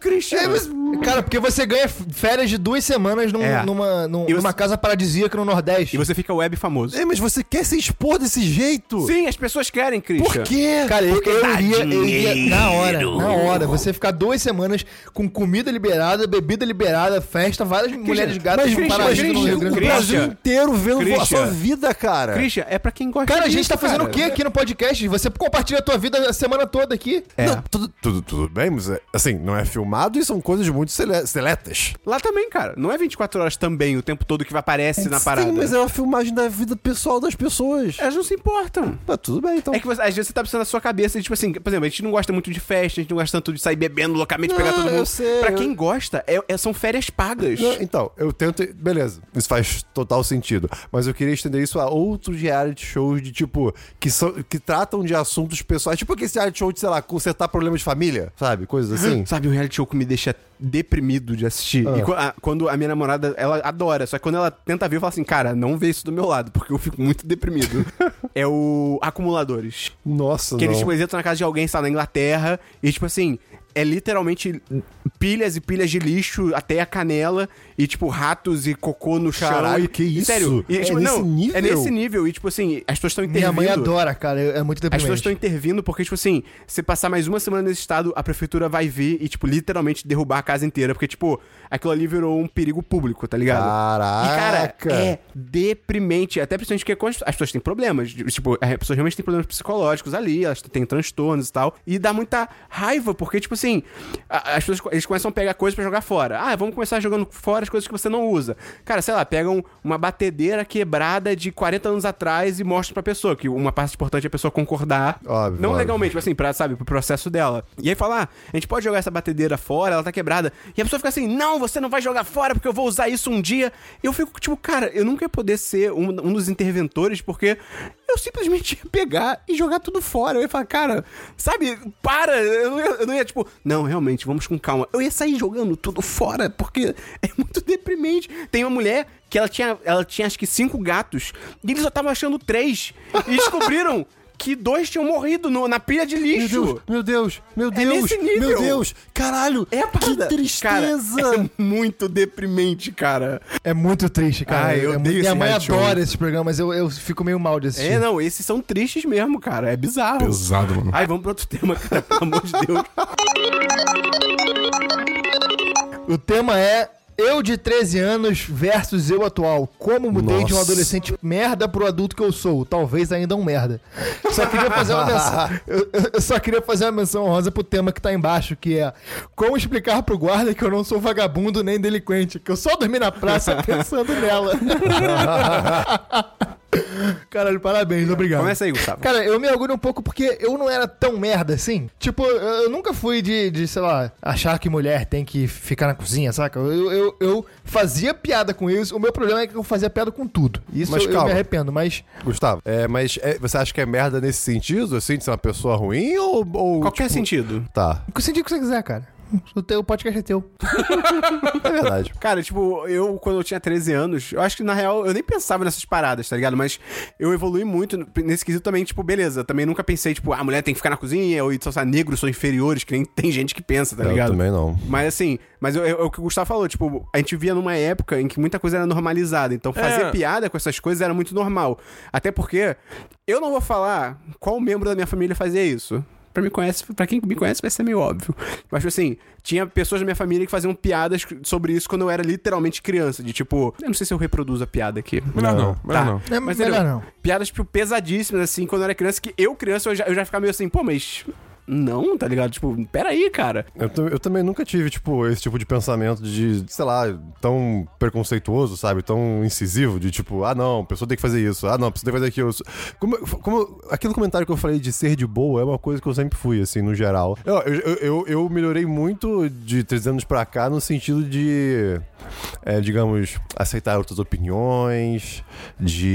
Christian. É, mas, cara, porque você ganha f- férias de duas semanas num- É. numa, num- E você- numa casa paradisíaca no Nordeste. E você fica web famoso. É, mas você quer se expor desse jeito? Sim, as pessoas querem, Christian. Por quê? Cara, eu, eu dá iria, eu iria na hora, na hora. Você ficar duas semanas com comida liberada, bebida liberada, festa, várias mulheres gatas mas, com mas, paraíso Christian, no Rio Grande o do Norte. Brasil Christian. inteiro vendo a sua Christian. vida, cara. Christian, é pra quem gosta Cara, a gente disso, tá fazendo cara. o quê aqui no podcast? Você compartilha a tua vida a semana toda aqui. Não, tudo, tudo, tudo bem, mas é, assim, não é filmado e são coisas muito sele- seletas. Lá também, cara. Não é 24 horas também, o tempo todo que aparece na parada. É. Sim, mas é uma filmagem da vida pessoal das pessoas. Elas não se importam. Tá tudo bem, então. É que você- às vezes você tá pensando na sua cabeça, e, tipo assim, por exemplo, a gente não gosta muito de festa, a gente não gosta tanto de sair bebendo loucamente, Não, pegar todo eu mundo. sei, pra eu- quem gosta, é- é- são férias pagas. Não, então, eu tento. Beleza, isso faz total sentido. Mas eu queria estender isso a outros reality shows de tipo. que, são, que tratam de assuntos pessoais. Tipo aquele reality show de, sei lá, consertar problemas de família, sabe? Coisas assim. Sabe, um reality show que me deixa deprimido de assistir. Ah. E qu- a- quando a minha namorada, ela adora, só que quando ela tenta ver, eu falo assim, cara, não vê isso do meu lado, porque eu fico muito deprimido. é o Acumuladores. Nossa, Que não. eles, tipo, eles entram na casa de alguém, sei lá, na Inglaterra, e, tipo assim, é literalmente pilhas e pilhas de lixo até a canela, e, tipo, ratos e cocô no chão. Caralho, e- que e, isso? Sério, e, É tipo, nesse não, nível? É nesse nível, e, tipo assim, as pessoas estão Minha intervindo. mãe adora, cara. É é muito As deprimente. pessoas estão intervindo porque, tipo assim, se passar mais uma semana nesse estado, a prefeitura vai vir e, tipo, literalmente derrubar a casa inteira. Porque, tipo, aquilo ali virou um perigo público, tá ligado? E, Caraca. cara, é deprimente. Até principalmente porque quando as pessoas têm problemas. de- Tipo, as pessoas realmente têm problemas psicológicos ali, elas têm transtornos e tal. E dá muita raiva, porque, tipo assim, a- as pessoas co- eles começam a pegar coisas pra jogar fora. Ah, vamos começar jogando fora as coisas que você não usa. Cara, sei lá, pegam uma batedeira quebrada de 40 anos atrás e mostram pra pessoa, que uma parte importante é a pessoa concordar. Óbvio, não óbvio. legalmente, mas assim, pra, sabe, pro processo dela. E aí falar, a gente pode jogar essa batedeira fora, ela tá quebrada. E a pessoa fica assim, não, você não vai jogar fora porque eu vou usar isso um dia. E eu fico tipo, cara, eu nunca ia poder ser um, um dos interventores porque eu simplesmente ia pegar e jogar tudo fora. Eu ia falar, cara, sabe, para. Eu não ia, eu não ia, tipo, não, realmente, vamos com calma. Eu ia sair jogando tudo fora porque é muito deprimente. Tem uma mulher que ela tinha, ela tinha acho que cinco gatos e eles só estavam achando três e descobriram. Que dois tinham morrido no- na pilha de Meu lixo. Deus, meu Deus, meu É Deus, nesse nível. meu Deus, caralho, É a que parada. tristeza. Cara, é muito deprimente, cara. É muito triste, cara. Ai, eu É muito- odeio Minha esse mãe reality show. adora esses programas. Eu, eu fico meio mal de assistir. É, não, esses são tristes mesmo, cara. É bizarro. Pesado, mano. Ai, vamos pra outro tema, cara, pelo amor de Deus. O tema é eu de 13 anos versus eu atual. Como mudei de um Nossa. adolescente merda pro adulto que eu sou. Talvez ainda um merda. Só queria fazer uma menção. Eu, eu- eu só queria fazer uma menção honrosa pro tema que tá embaixo, que é como explicar pro guarda que eu não sou vagabundo nem delinquente, que eu só dormi na praça pensando nela. Caralho, parabéns, obrigado. Começa aí, Gustavo. Cara, eu me orgulho um pouco porque eu não era tão merda assim. Tipo, eu eu nunca fui de, de, sei lá, achar que mulher tem que ficar na cozinha, saca? Eu, eu, eu fazia piada com isso. O meu problema é que eu fazia piada com tudo. Isso Mas eu, eu calma. me arrependo, mas. Gustavo, é, mas é, você acha que é merda nesse sentido, assim, de ser uma pessoa ruim ou... ou Qualquer tipo, sentido. Tá, O que sentido que você quiser, cara. O teu podcast é teu. é verdade. Cara, tipo, eu, quando eu tinha 13 anos, eu acho que, na real, eu nem pensava nessas paradas, tá ligado? Mas eu evolui muito no- nesse quesito também, tipo, beleza. Também nunca pensei, tipo, ah, a mulher tem que ficar na cozinha, ou só negros são inferiores, que nem tem gente que pensa, tá Eu ligado? também não. Mas assim, mas eu- eu- é o que o Gustavo falou, tipo, a gente via numa época em que muita coisa era normalizada, então fazer É. piada com essas coisas era muito normal. Até porque eu não vou falar qual membro da minha família fazia isso. Pra, mim conhece, pra quem me conhece vai ser meio óbvio. Mas, tipo assim, tinha pessoas da minha família que faziam piadas sobre isso quando eu era literalmente criança. De tipo, eu não sei se eu reproduzo a piada aqui. Melhor não, Tá. melhor não. É Mas, melhor entendeu? não. Piadas, tipo, pesadíssimas, assim, quando eu era criança, que eu, criança, eu já, eu já ficava meio assim, pô, mas. Não, tá ligado? Tipo, peraí, cara. Eu, tam- eu também nunca tive, tipo, esse tipo de pensamento de, sei lá, tão preconceituoso, sabe? Tão incisivo, de tipo, ah não, a pessoa tem que fazer isso, ah não, a pessoa tem que fazer aquilo. Como, como, aquele comentário que eu falei de ser de boa é uma coisa que eu sempre fui, assim, no geral. Eu, eu, eu, eu melhorei muito de três anos pra cá no sentido de, eh, é, digamos, aceitar outras opiniões,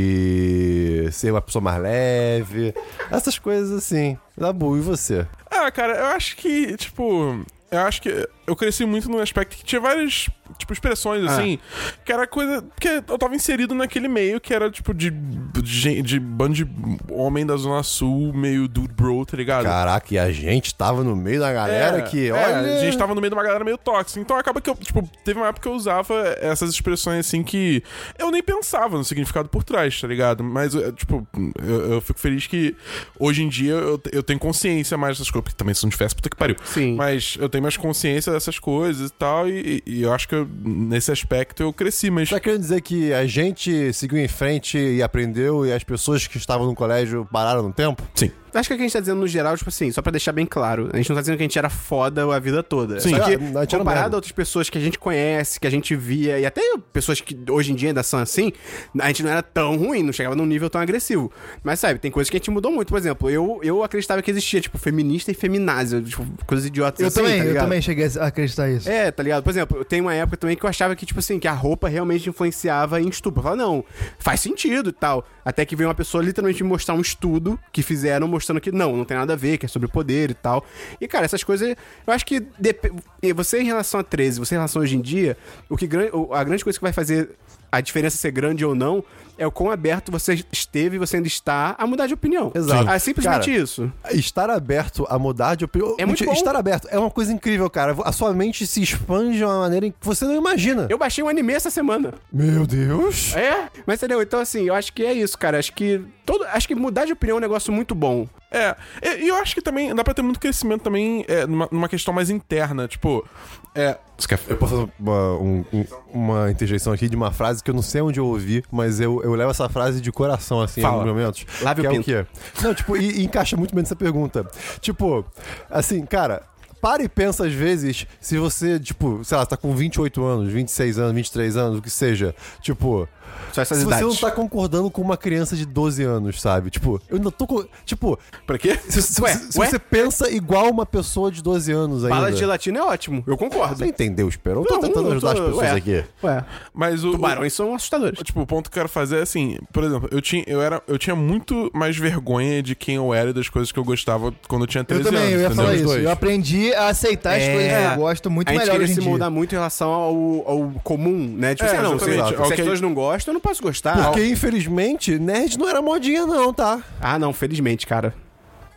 de ser uma pessoa mais leve, essas coisas assim. Dabu, e você? Ah, cara, eu acho que, tipo. Eu acho que eu cresci muito no aspecto que tinha várias, tipo, expressões, assim, que era coisa. que eu tava inserido naquele meio que era, tipo, de. de, gen- de bando de homem da Zona Sul, meio dude bro, tá ligado? Caraca, e a gente tava no meio da galera que, é, olha... A gente tava no meio de uma galera meio tóxica. Então acaba que eu, tipo, teve uma época que eu usava essas expressões assim que eu nem pensava no significado por trás, tá ligado? Mas, eh, tipo, eu, eu fico feliz que hoje em dia eu, te- eu tenho consciência mais dessas coisas. Porque também se não tivesse, puta que pariu. Sim. Mas eu tenho mais consciência dessas coisas e tal. E, e eu acho que eu- nesse aspecto eu cresci, mas. Tá querendo dizer que a gente seguiu em frente e aprendeu e as pessoas que estavam no colégio pararam no tempo? Sim. acho que o que a gente tá dizendo no geral, tipo assim, só pra deixar bem claro, a gente não tá dizendo que a gente era foda a vida toda. Sim. Só que, Ah, a gente era comparado merda. a outras pessoas que a gente conhece, que a gente via, e até pessoas que hoje em dia ainda são assim, a gente não era tão ruim, não chegava num nível tão agressivo. Mas sabe, tem coisas que a gente mudou muito. Por exemplo, eu, eu acreditava que existia, tipo, feminista e feminazio, tipo, coisas idiotas Eu assim, também, tá eu ligado? também cheguei a acreditar isso. É, tá ligado? Por exemplo, tem uma época também que eu achava que, tipo assim, que a roupa realmente influenciava em estupro. Eu falava, não, faz sentido e tal. Até que veio uma pessoa literalmente me mostrar um estudo que fizeram mostrando que não, não tem nada a ver, que é sobre poder e tal. E, cara, essas coisas, eu acho que dep- e você em relação a 13, você em relação a hoje em dia, o que gran- o- a grande coisa que vai fazer a diferença ser grande ou não é o quão aberto você esteve e você ainda está a mudar de opinião. Exato. É simplesmente Cara, isso. Estar aberto a mudar de opinião. É muito Gente, bom. Estar aberto é uma coisa incrível, cara. A sua mente se expande de uma maneira em que você não imagina. Eu baixei um anime essa semana. Meu Deus! É, mas entendeu? Então, assim, eu acho que é isso, cara. Acho que todo, acho que mudar de opinião é um negócio muito bom. É, e e eu acho que também dá pra ter muito crescimento também é, numa, numa questão mais interna, tipo. É, você quer- Eu posso fazer uma, um- um- uma interjeição aqui de uma frase que eu não sei onde eu ouvi, mas eu, eu levo essa frase de coração, assim, Fala. em alguns momentos. Lave o que é pinto. o quê? Não, tipo, e, e encaixa muito bem nessa pergunta. Tipo, assim, cara. Para e pensa às vezes se você, tipo, sei lá, tá com 28 anos, 26 anos, 23 anos, o que seja. Tipo, Só essas se você idades. não tá concordando com uma criança de 12 anos, sabe? Tipo, eu ainda tô com. Tipo, Pra quê? se, se- Ué, se ué? você pensa igual uma pessoa de 12 anos ainda. Bala de gelatina é ótimo, eu concordo. Ah, Você entendeu, Esperon? Eu tô Não, tentando eu ajudar tô- as pessoas ué. aqui. Ué, Mas o. tubarões são assustadores. o- Tipo, o ponto que eu quero fazer é assim, por exemplo, eu tinha, eu, era, eu tinha muito mais vergonha de quem eu era e das coisas que eu gostava quando eu tinha 13 Eu também, anos. eu ia entendeu? falar Os isso. dois. Eu aprendi a aceitar as coisas que É, eu gosto muito É. a gente melhor queria hoje em se dia. mudar muito em relação ao, ao comum, né? Tipo, É, assim, ah, não, se, exatamente. se as Ok. pessoas não gostam, eu não posso gostar. Porque, infelizmente, nerd não era modinha, não, tá? Ah, não, felizmente, cara.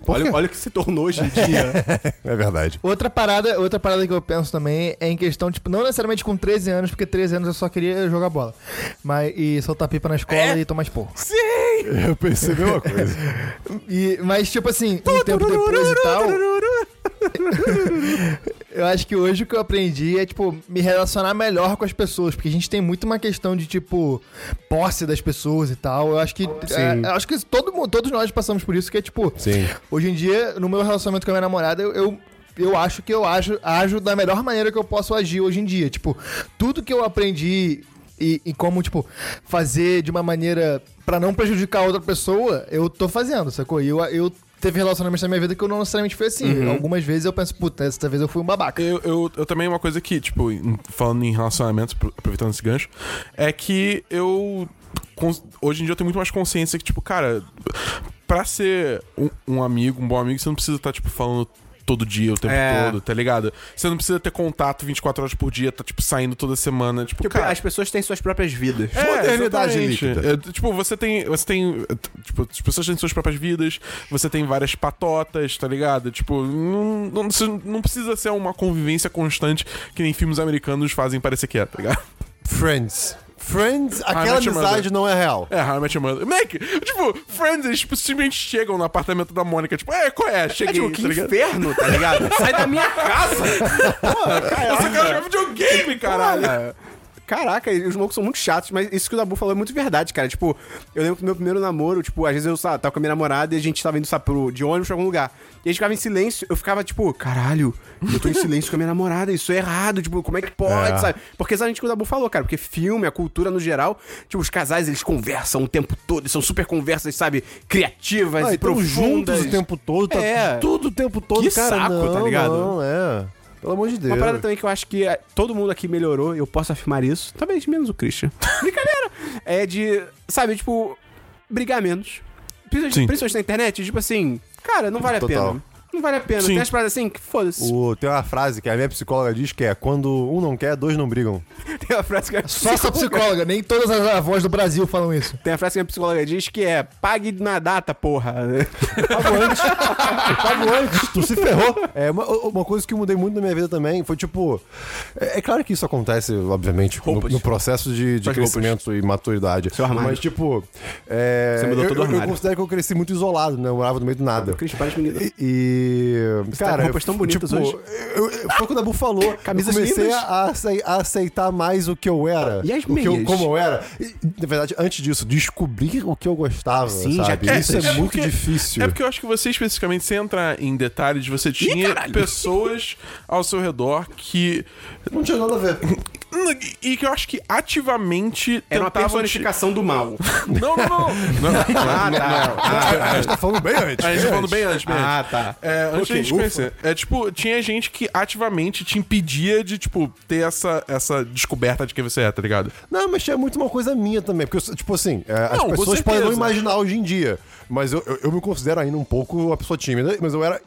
Por Olha, quê? olha o que se tornou hoje em dia. É verdade. Outra parada, outra parada que eu penso também é em questão, tipo, não necessariamente com 13 anos, porque 13 anos eu só queria jogar bola. Mas, e soltar pipa na escola e tomar esporro. Eu pensei a mesma coisa. E, mas, tipo assim, um tempo depois e tal, eu acho que hoje o que eu aprendi é, tipo, me relacionar melhor com as pessoas. Porque a gente tem muito uma questão de, tipo, posse das pessoas e tal. Eu acho que. é, eu acho que todo, mundo- todos nós passamos por isso, que é tipo. Sim. Hoje em dia, no meu relacionamento com a minha namorada, eu, eu, eu acho que eu ajo, ajo da melhor maneira que eu posso agir hoje em dia. Tipo, tudo que eu aprendi e, e como, tipo, fazer de uma maneira pra não prejudicar a outra pessoa, eu tô fazendo, sacou? E eu. eu Teve relacionamentos na minha vida que eu não necessariamente fui assim. Algumas vezes eu penso, puta, essa vez eu fui um babaca. Eu, eu, eu também, uma coisa que, tipo, em- falando em relacionamentos, apro- aproveitando esse gancho, é que eu. cons- Hoje em dia eu tenho muito mais consciência que, tipo, cara, pra ser um, um amigo, um bom amigo, você não precisa estar, tipo, falando todo dia, o tempo É. todo, tá ligado? Você não precisa ter contato 24 horas por dia, tá, tipo, saindo toda semana, tipo, Porque cara. as pessoas têm suas próprias vidas. É, modernidade exatamente. líquida. É, tipo, você tem. Você tem. eh, t- Tipo, as pessoas têm suas próprias vidas, você tem várias patotas, tá ligado? Tipo, não, não, você não precisa ser uma convivência constante que nem filmes americanos fazem parecer que é, tá ligado? Friends. Friends, aquela Met Your amizade Mother. não é real. É, How I Met Your Mother. Mac, tipo, Friends, eles tipo, simplesmente chegam no apartamento da Mônica, tipo, é, qual é? É Cheguei, tipo, que tá ligado? inferno, tá ligado? Sai da minha casa! Você quer é jogar videogame, um caralho. Olha, Caraca, os loucos são muito chatos, mas isso que o Dabu falou é muito verdade, cara. Tipo, eu lembro que no meu primeiro namoro, tipo, às vezes eu sabe, tava com a minha namorada e a gente tava indo sabe, pro, de ônibus pra algum lugar. E a gente ficava em silêncio, eu ficava tipo, caralho, eu tô em silêncio com a minha namorada, isso é errado, tipo, como é que pode, É. sabe? Porque exatamente o que o Dabu falou, cara, porque filme, a cultura no geral, tipo, os casais eles conversam o tempo todo, são super conversas, sabe, criativas Ah, e então profundas. juntos o tempo todo, tá É. tudo o tempo todo, Que cara. saco, não, tá ligado? Não, é. Pelo amor de Deus. Uma parada também que eu acho que eh, todo mundo aqui melhorou, eu posso afirmar isso, talvez menos o Christian. Brincadeira! É de, sabe, tipo, brigar menos. Principalmente, Sim. principalmente na internet, tipo assim, cara, não vale a Total. pena. Não vale a pena. Sim. Tem as paradas assim, que foda-se. O- tem uma frase que a minha psicóloga diz que é quando um não quer, dois não brigam. Tem a frase que a Só essa psicóloga, nem todas as avós do Brasil falam isso. Tem a frase que a psicóloga diz que é pague na data, porra. pago antes. Eu pago antes. Tu se ferrou. É, uma, uma coisa que eu mudei muito na minha vida também foi tipo. É, é claro que isso acontece, obviamente, no, Roupas. no processo de, de Faz roupas. crescimento e maturidade. Seu armário. Mas, tipo. é, Você mudou eu, todo o eu- eu armário. considero que eu cresci muito isolado, né? Eu morava no meio do nada. Christian, para de me enganar. E- E. tipo, tipo, tá com tá roupas tão bonitas hoje. eu- eu- foi o que o Dabu falou. Camisas eu comecei lindas. a, acei- a aceitar mais mais o que eu era. E as o que eu, meias? Como eu era. E, na verdade, antes disso, descobrir o que eu gostava, Sim, já sabe? que- Isso é, é muito porque- difícil. É porque eu acho que você especificamente, sem entrar em detalhes, você tinha caralho. pessoas ao seu redor que. Não tinha nada a ver. E que eu acho que ativamente Era uma tentavam. te- personificação do mal. Não, não, não. não, não. Ah, tá. a gente tá falando bem antes. A gente tá bem falando antes. bem antes, bem Ah, antes. tá. É, antes Ok, da gente ufa. conhecer. É tipo, tinha gente que ativamente te impedia de, tipo, ter essa, essa descoberta de quem você é, tá ligado? Não, mas é muito uma coisa minha também. Porque, eu- tipo assim, é, as Não, com pessoas certeza. podem não imaginar hoje em dia. Mas eu, eu, eu me considero ainda um pouco uma pessoa tímida, mas eu era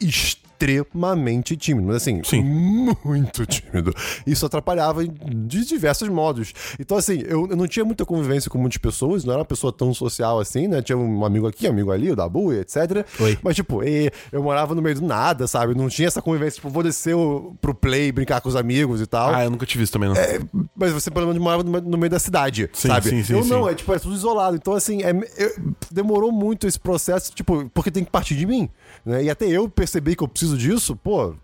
extremamente tímido. Mas assim, Sim. muito tímido. Isso atrapalhava de diversos modos. Então, assim, eu, eu não tinha muita convivência com muitas pessoas, não era uma pessoa tão social assim, né? Tinha um amigo aqui, um amigo ali, o Dabu, etc. Oi. Mas, tipo, e- eu morava no meio do nada, sabe? Não tinha essa convivência, tipo, vou descer o- pro play, brincar com os amigos e tal. Ah, eu nunca tive isso também, não. Mas você pelo menos morava no no meio da cidade, Sim, É, sabe? sim, sim, eu sim. não, é tipo, é tudo isolado. Então, assim, é- eu- demorou muito esse processo, tipo, porque tem que partir de mim. Né? E até eu perceber que eu preciso disso, pô,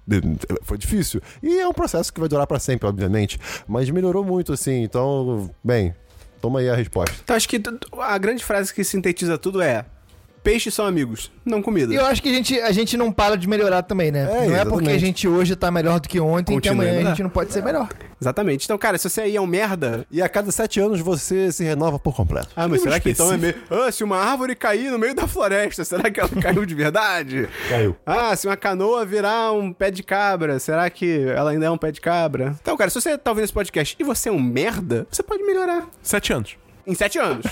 foi difícil. E é um processo que vai durar pra sempre, obviamente. Mas melhorou muito, assim. Então, bem, toma aí a resposta. Então acho que t- t- a grande frase que sintetiza tudo é: peixes são amigos, não comida. E eu acho que a gente, a gente não para de melhorar também, né? não é exatamente. porque a gente hoje tá melhor do que ontem, que Continua, amanhã né? a gente não pode ser melhor. Exatamente. Então, cara, se você aí é um merda. E a cada sete anos você se renova por completo. Ah, mas será que então é meio. Ah, se uma árvore cair no meio da floresta, será que ela caiu de verdade? Caiu. Ah, se uma canoa virar um pé de cabra, será que ela ainda é um pé de cabra? Então, cara, se você tá ouvindo esse podcast e você é um merda, você pode melhorar. Sete anos. Em sete anos.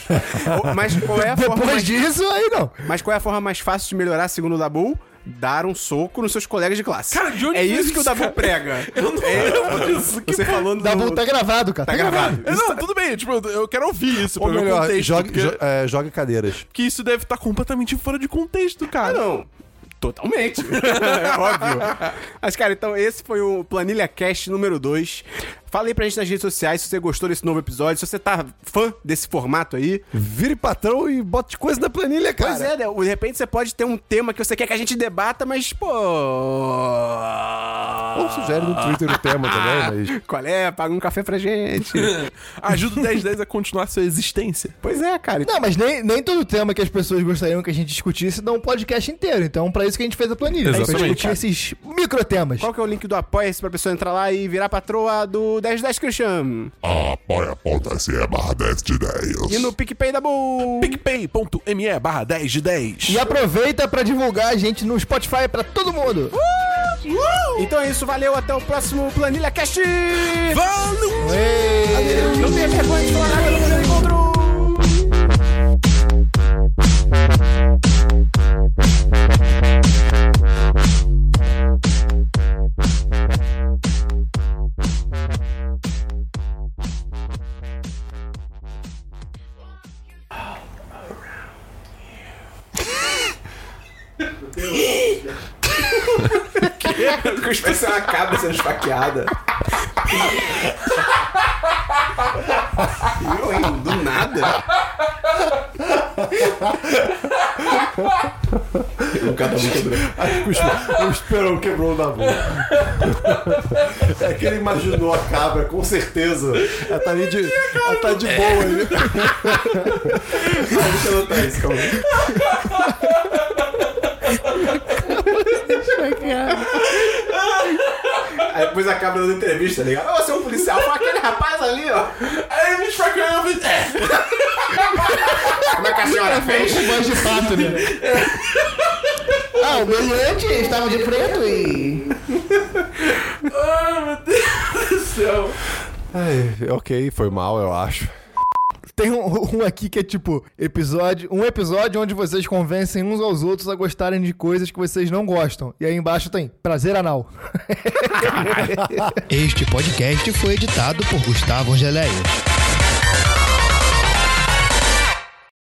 Ou- mas qual é a forma Depois mais disso, aí não. Mas qual é a forma mais fácil de melhorar, segundo o Dabu? Dar um soco nos seus colegas de classe. Cara, de onde é veio isso isso, que o Dabu cara? prega. Eu não lembro disso. Você falou no... Dá bom, tá gravado, cara. Tá gravado. É, Não, tudo bem, tipo, eu eu quero ouvir isso Ou pra ver o melhor, contexto. joga, porque, jo- é, joga cadeiras. porque isso deve estar completamente fora de contexto, Ah, cara. não. Totalmente. é óbvio. Mas, cara, então esse foi o Planilha Cast número 2. Fala aí pra gente nas redes sociais se você gostou desse novo episódio, se você tá fã desse formato aí. Vire patrão e bote coisa na planilha, cara. Pois é, né? de repente você pode ter um tema que você quer que a gente debata, mas, pô. Ou sugere no Twitter o tema também, né? mas. Qual é? Paga um café pra gente. Ajuda o 1010 a continuar sua existência. pois é, cara. Não, mas nem, nem todo tema que as pessoas gostariam que a gente discutisse dá um podcast inteiro. Então, pra isso que a gente fez a planilha. pra Exatamente. discutir esses microtemas. Qual que é o link do Apoia-se pra pessoa entrar lá e virar patroa do 1010 Christian? apoia.se barra 10 de 10. E no PicPay da Bull. picpay.me barra 10 de 10. E aproveita pra divulgar a gente no Spotify pra todo mundo. Então é isso, valeu, até o próximo Planilha Cast! Valeu! Não tenha vergonha de falar nada no primeiro encontro! Com especial na cabra sendo esfaqueada. Eu, hein? Do nada. O cara tá muito branco. O esperão quebrou na boca. É que ele imaginou a cabra, com certeza. Ela tá ali de, ela tá de boa ali. Deixa eu anotar isso, tá calma. Aí depois a cabra dando entrevista, tá ligado? Ô, seu policial, foi aquele rapaz ali, ó. Aí ele me esfaqueou e eu fiz. É. Como é que a senhora fez? voz de pato, né? ah, o meliante estava de preto e... Ai, ok, foi mal, eu acho. Tem um, um aqui que é tipo episódio, um episódio onde vocês convencem uns aos outros a gostarem de coisas que vocês não gostam. E aí embaixo tem prazer anal. Este podcast foi editado por Gustavo Angeléia.